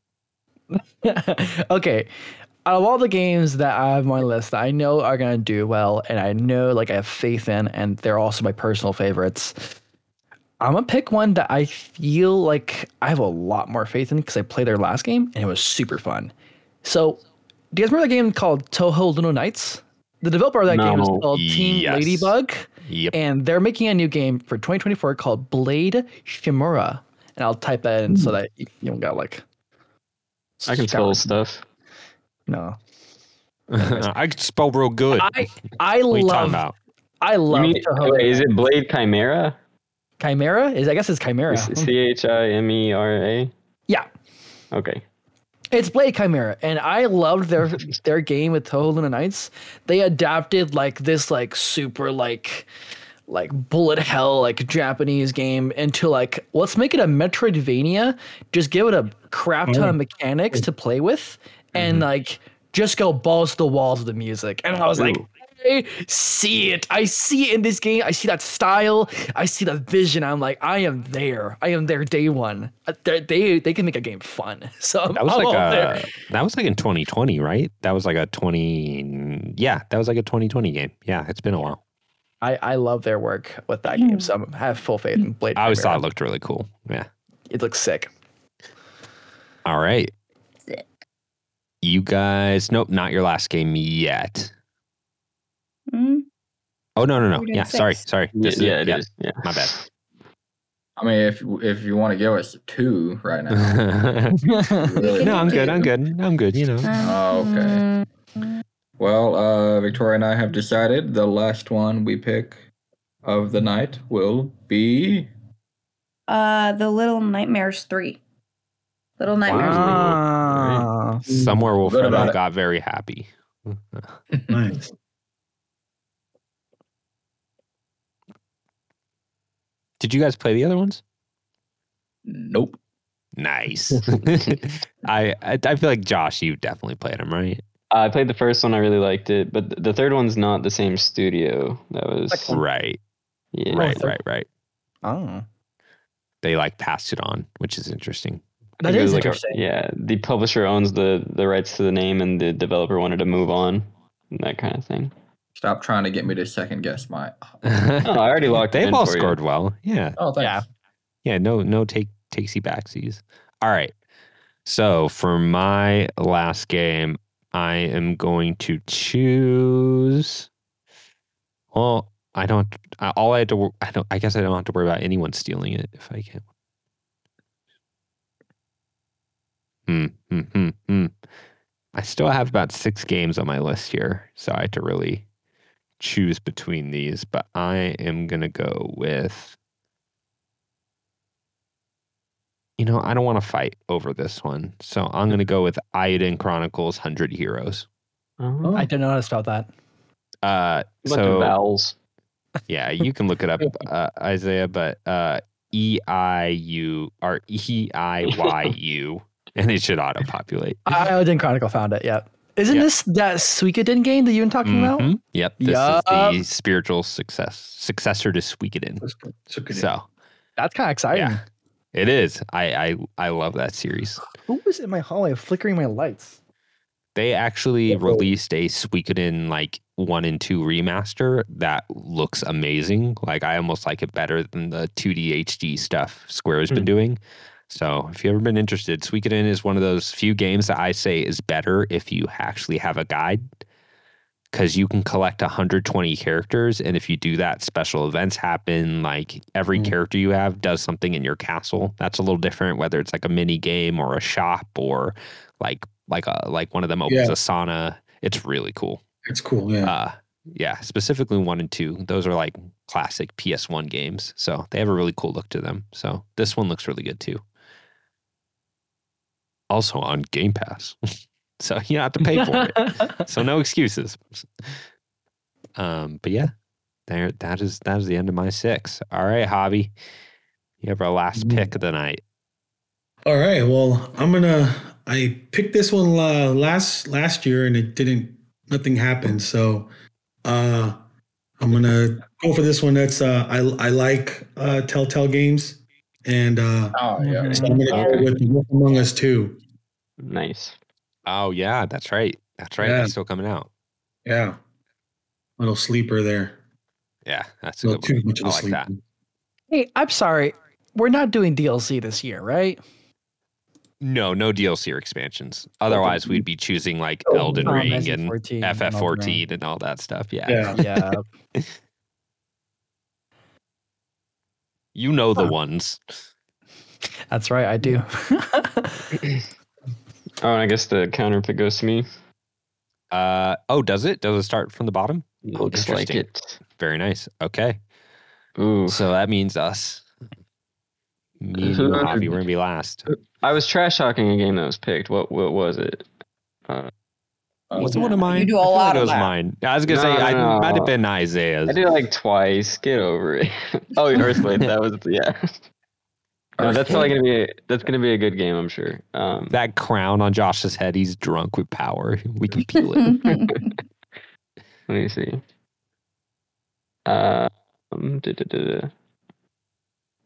Oh. okay. Out of all the games that I have on my list that I know are gonna do well, and I know like I have faith in, and they're also my personal favorites. I'm gonna pick one that I feel like I have a lot more faith in because I played their last game and it was super fun. So, do you guys remember the game called Toho Lunar Nights? The developer of that game is No. called Team Yes. Ladybug, Yep. and they're making a new game for 2024 called Blade Shimura. And I'll type that in so that you you don't got like. Hmm. I can spell stuff. No, I could spell real good. I I what are you talking love about? I You love mean- Toho. okay, is it Blade Chimera? Chimera is I guess it's Chimera. C H I M E R A? Yeah, Okay. it's Blade Chimera, and I loved their their game with Toho Luna Knights. They adapted like this like super like like bullet hell like Japanese game into like let's make it a Metroidvania. Just give it a crap Mm. ton of mechanics to play with, and Mm-hmm. like just go balls to the walls with the music. And I was like. Ooh. I see it. I see it in this game. I see that style. I see that vision. I'm like, I am there. I am there day one. Uh, They they, they can make a game fun. So I'm, That was I'm like all a, there. that was like in 2020, right? That was like a 20 yeah, that was like a 2020 game. Yeah, it's been a while. I, I love their work with that game. So I'm, I have full faith in Blade. I always Runner. thought it looked really cool. Yeah. it looks sick. All right. Sick. You guys, nope, not your last game yet. Mm, Oh no, no, no. We're doing Yeah, sorry, six. sorry. Yeah, This is- yeah, it yeah. is. Yeah. my bad. I mean, if if you want to give us two right now, really no, I'm two. good. I'm good. I'm good. You know. Uh. Oh, okay. Well, uh, Victoria and I have decided the last one we pick of the night will be. Uh, the Little Nightmares three. Little Nightmares. Ah. Wow. Somewhere will Good about Frodo it. got very happy. nice. Did you guys play the other ones? Nope. Nice. I, I I feel like Josh, you definitely played them, right? I played the first one. I really liked it, but th- the third one's not the same studio. That was Right, yeah. right, third- right, right. Oh, They like passed it on, which is interesting. I think that it is was like a- interesting. yeah, the publisher owns the the rights to the name, and the developer wanted to move on, and that kind of thing. Stop trying to get me to second guess my. Oh, I already locked it They've in all for you. scored well. Yeah. Oh, thanks. Yeah. Yeah, no, no take takesy backsies. All right. So for my last game, I am going to choose. Well, I don't. I- All I had to. wor- I don't. I guess I don't have to worry about anyone stealing it if I can. Hmm. Hmm. Hmm. hmm. I still have about six games on my list here, so I had to really choose between these. But I am gonna go with. you know, I don't want to fight over this one. So I'm going to go with Iodine Chronicles 100 Heroes. Oh, I didn't know how to spell that. Uh, bunch of so, vowels. yeah, you can look it up, uh, Isaiah, but uh, E I U or E I Y U, and it should auto populate. Iodine Chronicle found it. Yep. Isn't Yeah. Mm-hmm. this that Suikoden game that you were talking about? Yep. This is the Yup. spiritual success successor to Suikoden. That's good. It's okay. So That's kind of exciting. Yeah. it is. I, I, I love that series. Who was in my hallway flickering my lights? They actually Oh. released a Suikoden like one and two remaster that looks amazing. Like I almost like it better than the 2D HD stuff Square has been Hmm. doing. So if you've ever been interested, Suikoden is one of those few games that I say is better if you actually have a guide. Because you can collect 120 characters, and if you do that, special events happen. Like every Hmm. character you have does something in your castle. That's a little different, whether it's like a mini game or a shop or like like a like one of them opens Yeah. a sauna. It's really cool. It's cool. Yeah. Uh yeah, specifically one and two. Those are like classic PS1 games. So they have a really cool look to them. So this one looks really good too. Also on Game Pass. so you don't have to pay for it. So no excuses. Um, but yeah, there that is that is the end of my six. All right, Hobby. You have our last Mm-hmm. pick of the night. All right. Well, I'm gonna. I picked this one uh, last last year, and it didn't. Nothing happened. So, uh, I'm gonna go for this one. That's uh, I I like uh, Telltale games, and uh, Oh yeah. so I'm gonna Okay. go with Wolf Among Us Two. Nice. Oh yeah, that's right. That's right. Yeah. That's still coming out. Yeah. Little sleeper there. Yeah, that's a Little good too one. much of I a like sleeper. that. Hey, I'm sorry. We're not doing DLC this year, right? No, no DLC or expansions. Other's we'd be choosing like Oh, Elden Um, Ring and SE14 and all that. FF14 and all that stuff. Yeah. Yeah. Yeah. You know the Huh. ones. That's right, I do. Oh, and I guess the counter pick goes to me. Uh oh, does it? Does it start from the bottom? Oh, Looks like interesting. it. Very nice. Okay. Ooh. So that means us. Me and you, Javi, we're gonna be last. I was trash talking a game that was picked. What what was it? Was it one of You mine? do a I feel lot like it of was that. mine. I was gonna No, say no, I no. might have been Isaiah's. I did it like twice. Get over it. oh, Earthblade. that was yeah. No, that's probably gonna be a, that's gonna be a good game. I'm sure. Um, That crown on Josh's head, he's drunk with power. We can peel it. let me see. Um, duh, duh, duh, duh.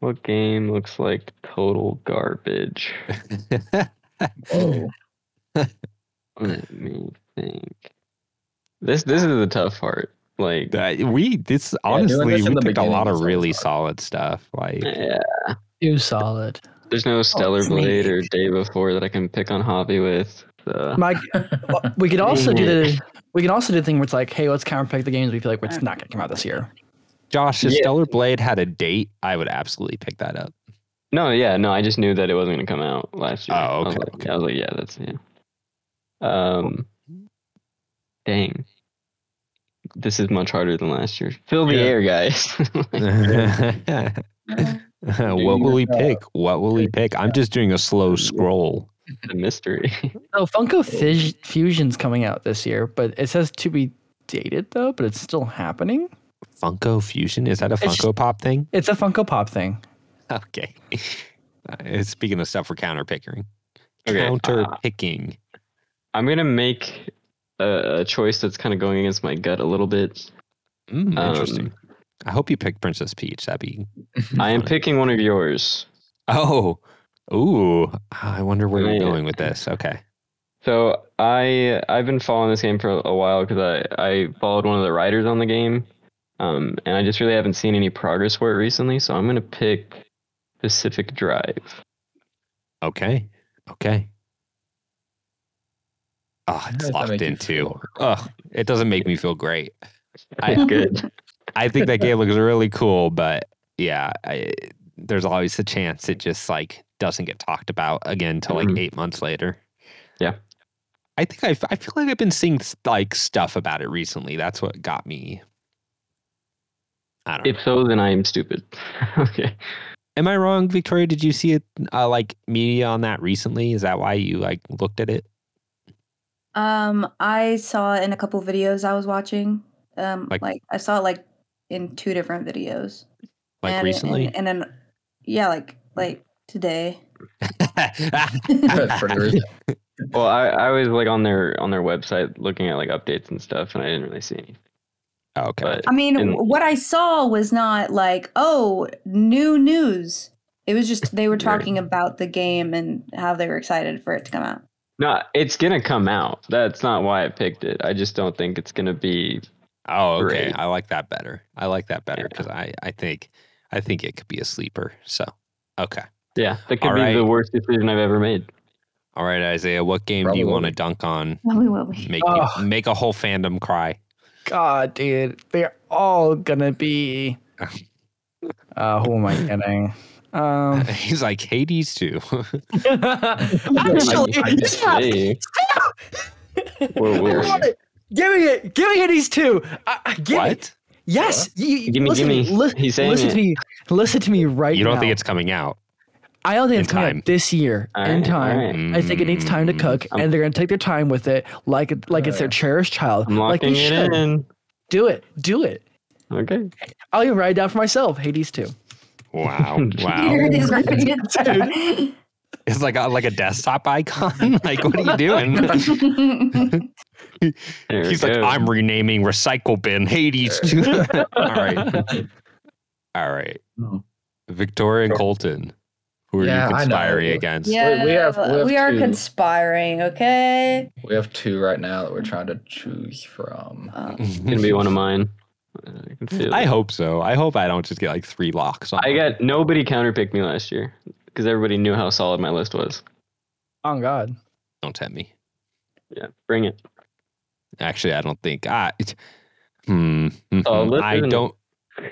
what game looks like total garbage? Mm-hmm. Oh. Let me think. This this is the tough part. Like That- we this honestly this in we the picked a lot beginning of is really hard. solid stuff. Like yeah, Too solid. there's no Stellar it's me. Blade or Day Before that I can pick on hobby with. So. Mike, well, we could also do the we can also do the thing where it's like, hey, let's counter pick the games we feel like it's not gonna come out this year. Josh, if Yeah. Stellar Blade had a date, I would absolutely pick that up. No, yeah, no, I just knew that it wasn't gonna come out last year. Oh, I was okay, like, okay. I was like, yeah, that's yeah. Um, dang, this is much harder than last year. Fill the Yeah. air, guys. what will he pick? What will he pick? I'm just doing a slow scroll. the mystery. So Oh, Funko Fish Fusion's coming out this year, but it says to be dated though, but it's still happening. Funko Fusion? Is that a It's- Funko Pop thing? It's a Funko Pop thing. Okay. Uh, Speaking of stuff for counter picking. Okay, Counter uh, picking. I'm gonna make a, a choice that's kind of going against my gut a little bit. Mm, um, interesting. I hope you picked Princess Peach. That'd be I am Funny. picking one of yours. Oh. Ooh. I wonder where you're Man. going with this. Okay. So I I've been following this game for a while because I I followed one of the writers on the game, um, and I just really haven't seen any progress for it recently. So I'm gonna pick Pacific Drive. Okay. Okay. Oh, it's does that locked make you in too. feel? Oh, it doesn't make me feel great. I- Good. I think that game looks really cool, but yeah, I, there's always the chance it just like doesn't get talked about again until like Mhm. eight months later. Yeah. I think I've, I feel like I've been seeing like stuff about it recently. That's what got me. I don't know. If so, then I am stupid. okay. Am I wrong, Victoria? Did you see it uh, like media on that recently? Is that why you like looked at it? Um, I saw it in a couple videos I was watching. Um, Like- like, I saw it like in two different videos. Like And- recently? and, and then yeah, like like today. That's pretty recent. Well, I, I was like on their on their website looking at like updates and stuff, and I didn't really see anything. okay. But I mean, And- what I saw was not like oh new news. It was just they were Right. talking about the game and how they were excited for it to come out. no, it's gonna come out. That's not why I picked it. I just don't think it's gonna be. Oh, okay. Great. I like that better. I like that better because I, I think I think it could be a sleeper. So okay. Yeah, that could All be the right. worst decision I've ever made. All right, Isaiah. What game do you Probably. want to dunk on? Tell me what we. Make Ugh. you, make a whole fandom cry. God, dude, they're all gonna be. Uh, who am I kidding? Um, He's like Hades too. actually, I can yeah, say- Whoa, I whoa. love it. Give me it. Give me it. These two. I, I give it. what? Yes. You, you- Give me, listen, give me. Listen, He's saying listen it. to me. Listen to me right You don't now. think it's coming out? I don't think in it's coming out time. this year All in right, all time. right. I think it needs time to Mm, cook, I'm- and they're gonna take their time with it, like like it's their Yeah. cherished child. I'm like locking they it should in. do it. Do it. Okay. I'll even write it down for myself. Hades too. Wow! Wow! Here it is right in it's like a, like a desktop icon. like what are you doing? front. There we He's like, go. I'm renaming recycle bin Hades to. All right. All right. Hmm. Victoria and Colton, who are Yeah, I you know. conspiring against? Yeah, we have- we have we are to- conspiring. Okay. We have two right now that we're trying to choose from. Uh, It's gonna be one of mine. Uh, I can feel I it. hope so. I hope I don't just get like three locks on. I it. got nobody counterpicked me last year because everybody knew how solid my list was. Oh God. Don't tempt me. Yeah, bring it. Actually, I don't think I. it- Hmm. mhm. Oh, let's- I isn't it- don't.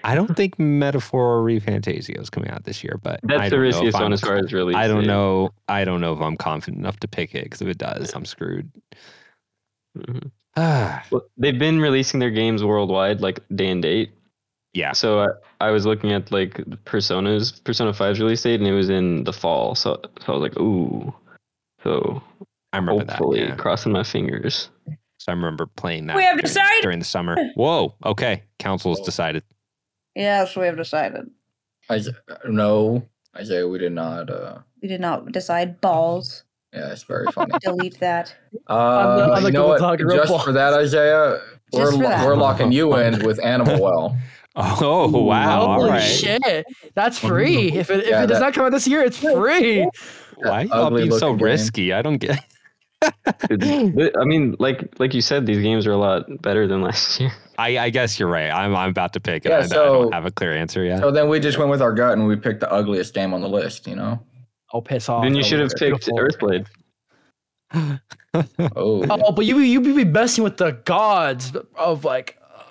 I don't think Metaphor or Refantasio is coming out this year, but I That's the don't know if riskiest I'm- one as far as release. I don't date. know. I don't know if I'm confident enough to pick it because if it does, I'm screwed. Mhm. Ah, Well, they've been releasing their games worldwide, like day and date. yeah. So I, I was looking at like Persona's Persona 5's release date, and it was in the fall. So so I was like, ooh. So I remember hopefully, that. Yeah. crossing my fingers. So I remember playing that We have during, decided. during the summer. Whoa. Okay. Council's decided. yes, we have decided. I no, I say we did not. Uh, We did not decide balls. yeah, it's very funny. Delete that. Uh, I'm the you know Google what? Doc, real Just balls. for that, Isaiah, we're, for lo- that. we're locking you in with Animal Well. Oh wow. All Holy right. shit. That's free. If it, if Yeah, it does that- not come out this year, it's free. Why y'all Ugly being so looking game. risky? I don't get. Dude, th- I mean, like like you said, these games are a lot better than last year. I, I guess you're right. I'm I'm about to pick it. Yeah, I, I so- don't have a clear answer yet. So then we just went with our gut and we picked the ugliest game on the list. You know? Oh, piss off. then you no, should have it's picked beautiful. Earthblade. Oh, Oh, but you you be messing with the gods of like, uh,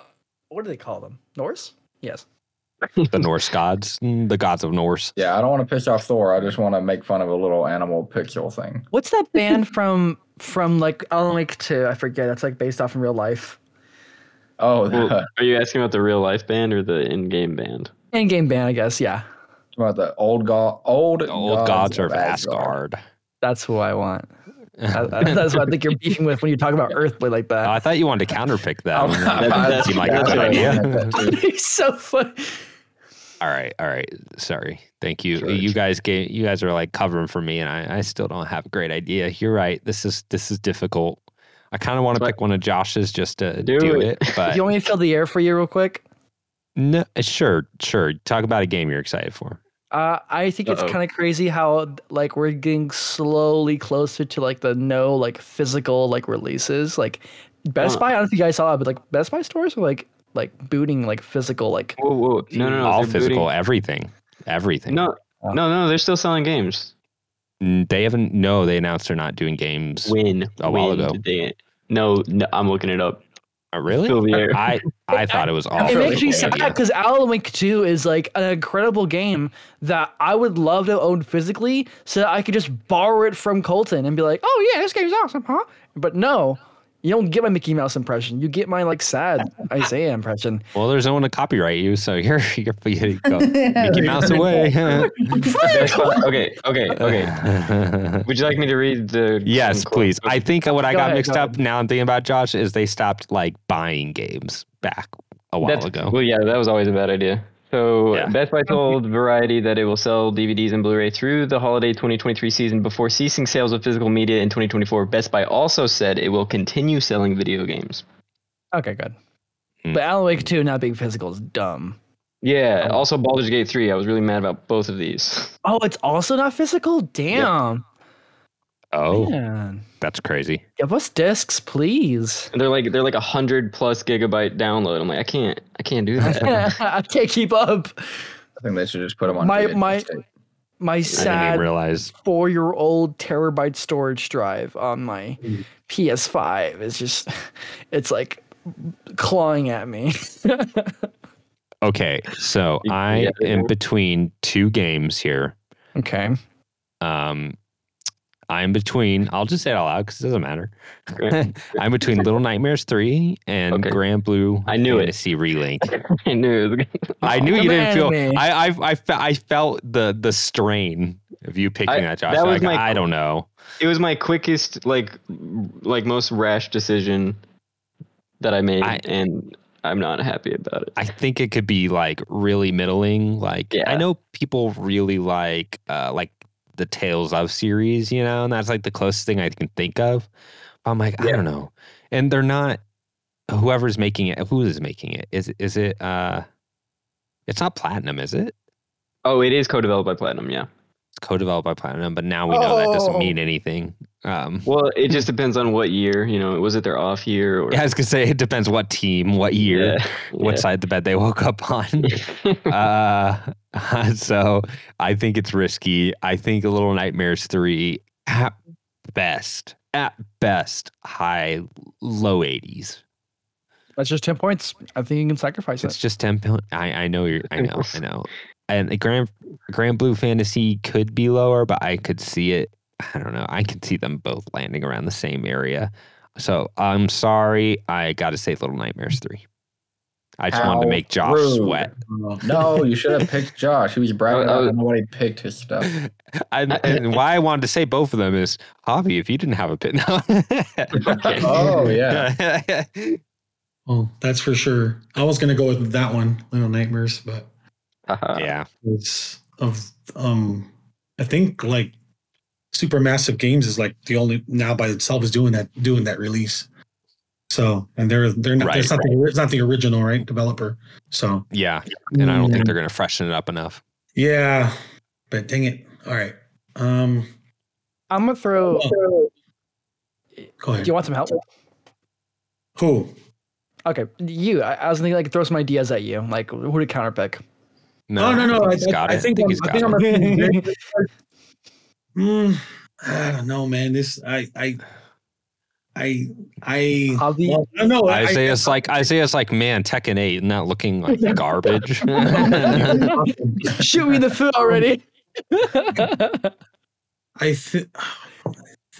what do they call them? Norse? Yes. the Norse gods, mm, the gods of Norse. yeah. I don't want to piss off Thor. I just want to make fun of a little animal pixel thing. What's that band from from like Alan Wake Two? I forget. That's like based off in real life. Oh, Well, the, are you asking about the real life band or the in game band? In game band, I guess. Yeah, about the old god, old, The old gods, are of Asgard. that's who I want. That- that- that's what I think you're beefing with when you talk about Earthblade like Oh, I that. thought you wanted to counterpick that. I'm- I'm- that seemed like a good idea. that's- Oh, He's so funny. all right, all right. Sorry. Thank you. Sure, You sure. guys gave you guys are like covering for me, and I, I still don't have a great idea. You're right. This is this is difficult. I kind of want to But- pick one of Josh's just to do, Do it, it. but Do you want me to fill the air for you real quick? no, sure, sure. Talk about a game you're excited for. Uh, I think it's Uh-oh. kind of crazy how like we're getting slowly closer to like the no like physical like releases. Like Best Huh. Buy, I don't know if you guys saw that, but like Best Buy stores are like like booting like physical like Whoa, whoa, no, no, no. all they're physical, Oh. booting- everything, everything. No, no, no. They're still selling games. N- they haven't. No, they announced they're not doing games. When A while when ago. did they- no, no, I'm looking it up. Uh, really? Still there. I I thought it was all. it Sure, makes me yeah, sad physical. because Alan Wake 2 is like an incredible game that I would love to own physically so that I could just borrow it from Colton and be like, oh yeah, this game's awesome, huh? But no, you don't get my Mickey Mouse impression. You get my like sad Isaiah impression. Well, there's no one to copyright you, so you're you're here you go. Mickey Mouse away. Best Buy- okay, okay, okay. Would you like me to read the? yes, some please. quotes? I think what I Go got ahead, mixed go up now. I'm thinking about Josh is they stopped like buying games back a while That's- ago. Well, yeah, that was always a bad idea. So Yeah. Best Buy told Variety that it will sell DVDs and Blu-ray through the holiday 2023 season before ceasing sales of physical media in 2024. Best Buy also said it will continue selling video games. Okay, good. Hmm. But Alan Wake 2 not being physical is dumb. Yeah. Oh. Also, Baldur's Gate 3. I was really mad about both of these. Oh, it's also not physical? Damn. oh, Man. that's crazy. Give us discs, please. And they're like they're like a hundred plus gigabyte download. I'm like, I can't, I can't do that. I can't keep up. I think they should just put them on. My- VHS my- tape. My I didn't sad even realize. four year old terabyte storage drive on my Mm. PS5 is just, it's like clawing at me. Okay, so Yeah. I am between two games here. okay. Um, I'm between. I'll just say it out loud because it doesn't matter. I'm between Little Nightmares three and Okay. Grand Blue. I knew it. Fantasy Relink. I knew. It was I knew Come you didn't feel. at me. I I I, fe- I felt the the strain of you picking I- that, Josh. that was like, my- I don't know. it was my quickest like m- like most rash decision that i made I- and i'm not happy about it I think it could be like really middling. Like I Yeah. know people really like uh like the Tales of series, you know, and that's like the closest thing I can think of. But I'm like, I Yeah. don't know. And they're not whoever's making it, who is making it? Is is it uh it's not platinum, is it? oh it is co-developed by platinum yeah It's co-developed by platinum, but now we know that doesn't mean Oh. anything. Um well it just depends on what year you know was it their off year or yeah, I was gonna say it depends what team, what year, Yeah, what side of the bed they woke up on. uh, so I think it's risky. I think a Little Nightmares three at best, at best, high low eighties. That's just 10 points. I think you can sacrifice It's it. just ten. pil- I I know you're. I know. I know. And the Grand Grand Blue Fantasy could be lower, but I could see it. I don't know. I could see them both landing around the same area. So I'm sorry. I got to say Little Nightmares three. I just wanted to How make Josh rude. sweat. Uh, No, you should have picked Josh. He was bragging I- I- Oh, about how nobody picked his stuff. and, and why I wanted to say both of them is hobby. If you didn't have a pit, no. Oh yeah. well, that's for sure. I was gonna go with that one, Little Nightmares, but Uh-huh. yeah, it's of um I think like Supermassive Games is like the only now by itself is doing that doing that release. So and they're they're not Right, it's not the it's not the original right developer. So yeah. And I don't Mm. think they're going to freshen it up enough. Yeah, but dang it. All right. Um, I'm going to throw. go Do ahead. you want some help? Who? Okay. You. I, I was thinking, like, throw some ideas at you. Like, who to counterpick? No, oh, no, no. I I, think he's got I, it. I think, I am he's I got think I'm it. a- Hmm, I don't know, man. This, I, I, I, I, Hobby? well, I don't know. I, I, Isaiah's like Isaiah's like man, Tekken Eight, not looking like garbage. Oh, Shoot me in the foot already. I, th-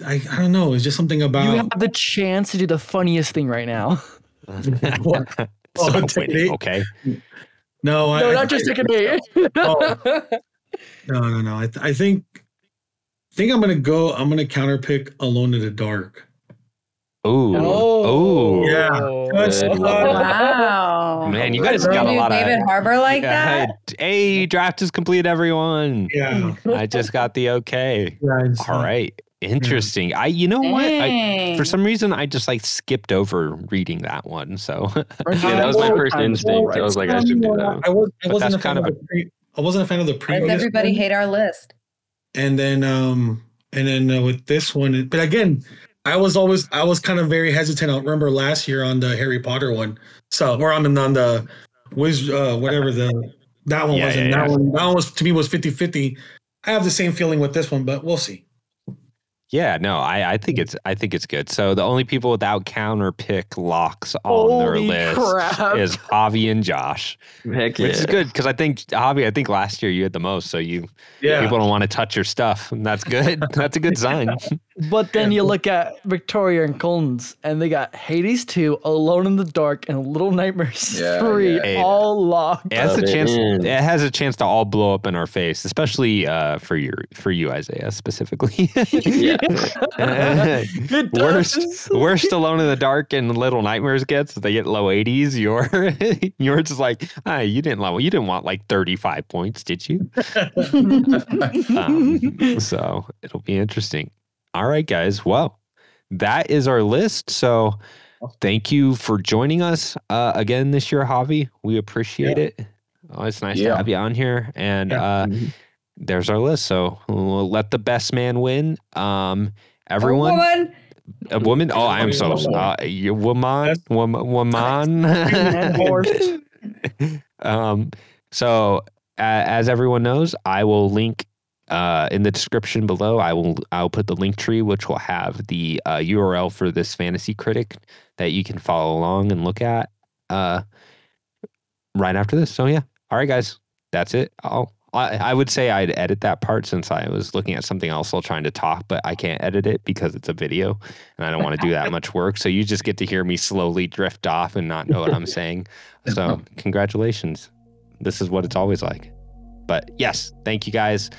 I, I don't know. It's just something you about. have the chance to do the funniest thing right now. It's about winning, okay, no, I, no, I, not just taking me. Oh. no, no, no. I, th- I think, I think I'm gonna go. I'm gonna counterpick Alone in the Dark. ooh, ooh, Oh, Yeah. Wow. man, you guys got a Ruined lot of. David Harbor like Yeah, that. hey, draft is complete, everyone. Yeah. I just got the okay. yeah it's- All right. Interesting. I you know what? I, for some reason I just like skipped over reading that one. So yeah that was my first instinct i was like i should do that I was. I But wasn't that's a fan kind of of the pre- I wasn't a fan of the previous. Does everybody one. hate our list? and then um and then uh, with this one but again i was always i was kind of very hesitant i remember last year on the harry potter one so where i'm in on the whiz uh whatever the that one Yeah, was and yeah, that yeah. one that one was to me was 50 50 i have the same feeling with this one but we'll see Yeah, no, I, I think it's I think it's good. So the only people without counter pick locks on their Holy list crap. is Javi and Josh, Heck yeah. which is good because I think Javi, I think last year you had the most, so you people don't want to touch your stuff, and that's good. that's a good sign. But then you look at Victoria and Colton's, and they got Hades 2, Alone in the Dark, and Little Nightmares Yeah, 3 yeah. all locked. It has Love a it. chance. Mm. It has a chance to all blow up in our face, especially uh, for your for you, Isaiah, specifically. Yeah. It Worst- does. Worst alone in the dark and little nightmares gets is they get low 80s. Your yours is like, ah, you didn't love, you didn't want like 35 points, did you? Um, so it'll be interesting. All right, guys. Well, that is our list. So thank you for joining us uh, again this year, Javi. We appreciate it. Oh, it's nice to Yeah. have you on here. And Yeah. uh, Mhm. there's our list. So we'll let the best man win. Um, everyone, Everyone. a woman. Oh, I am so Woman. uh, you woman, That's- woman, woman. Worst. um, so a as everyone knows, I will link uh, in the description below. I will I'll put the link tree, which will have the uh, URL for this fantasy critic that you can follow along and look at uh, right after this. So yeah, all right, guys, that's it. I'll. I I would say I'd edit that part since I was looking at something else while trying to talk, but I can't edit it because it's a video and I don't want to do that much work. So you just get to hear me slowly drift off and not know what I'm saying. So congratulations. This is what it's always like. But yes, thank you guys.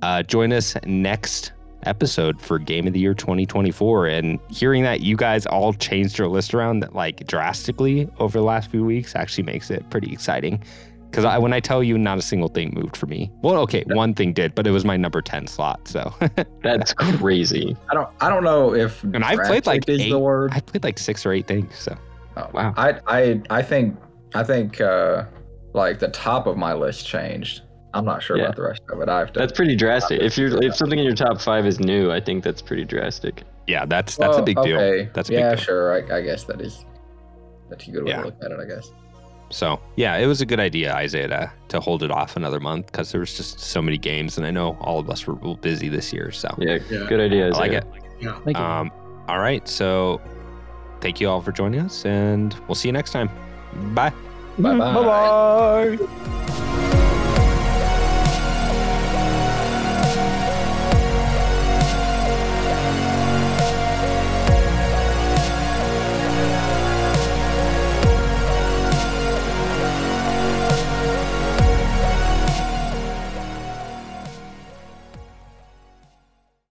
Uh, join us next episode for Game of the Year 2024. And hearing that you guys all changed your list around like drastically over the last few weeks actually makes it pretty exciting. Because I, when I tell you, not a single thing moved for me. Well, okay, one thing did, but it was my number 10 slot. So That's crazy. I don't. I don't know if. And I've played, like, drastic is eight- the word. Oh. I played like six or eight things. So Wow. I I I think I think uh like the top of my list changed. I'm not sure Yeah. about the rest of it. I have to. That's pretty drastic. If you're if something in your top five is new, I think that's pretty drastic. yeah, that's that's a Well, big deal. Oh, okay. That's a big yeah, deal. sure. I, I guess that is that's a good way Yeah. to look at it. I guess. So yeah, it was a good idea, Isaiah, to, to hold it off another month because there was just so many games, and I know all of us were real busy this year. So Yeah, Yeah. good idea. I like Isaiah. it. Thank you. Um, all right, so thank you all for joining us, and we'll see you next time. Bye. Bye-bye. Bye-bye.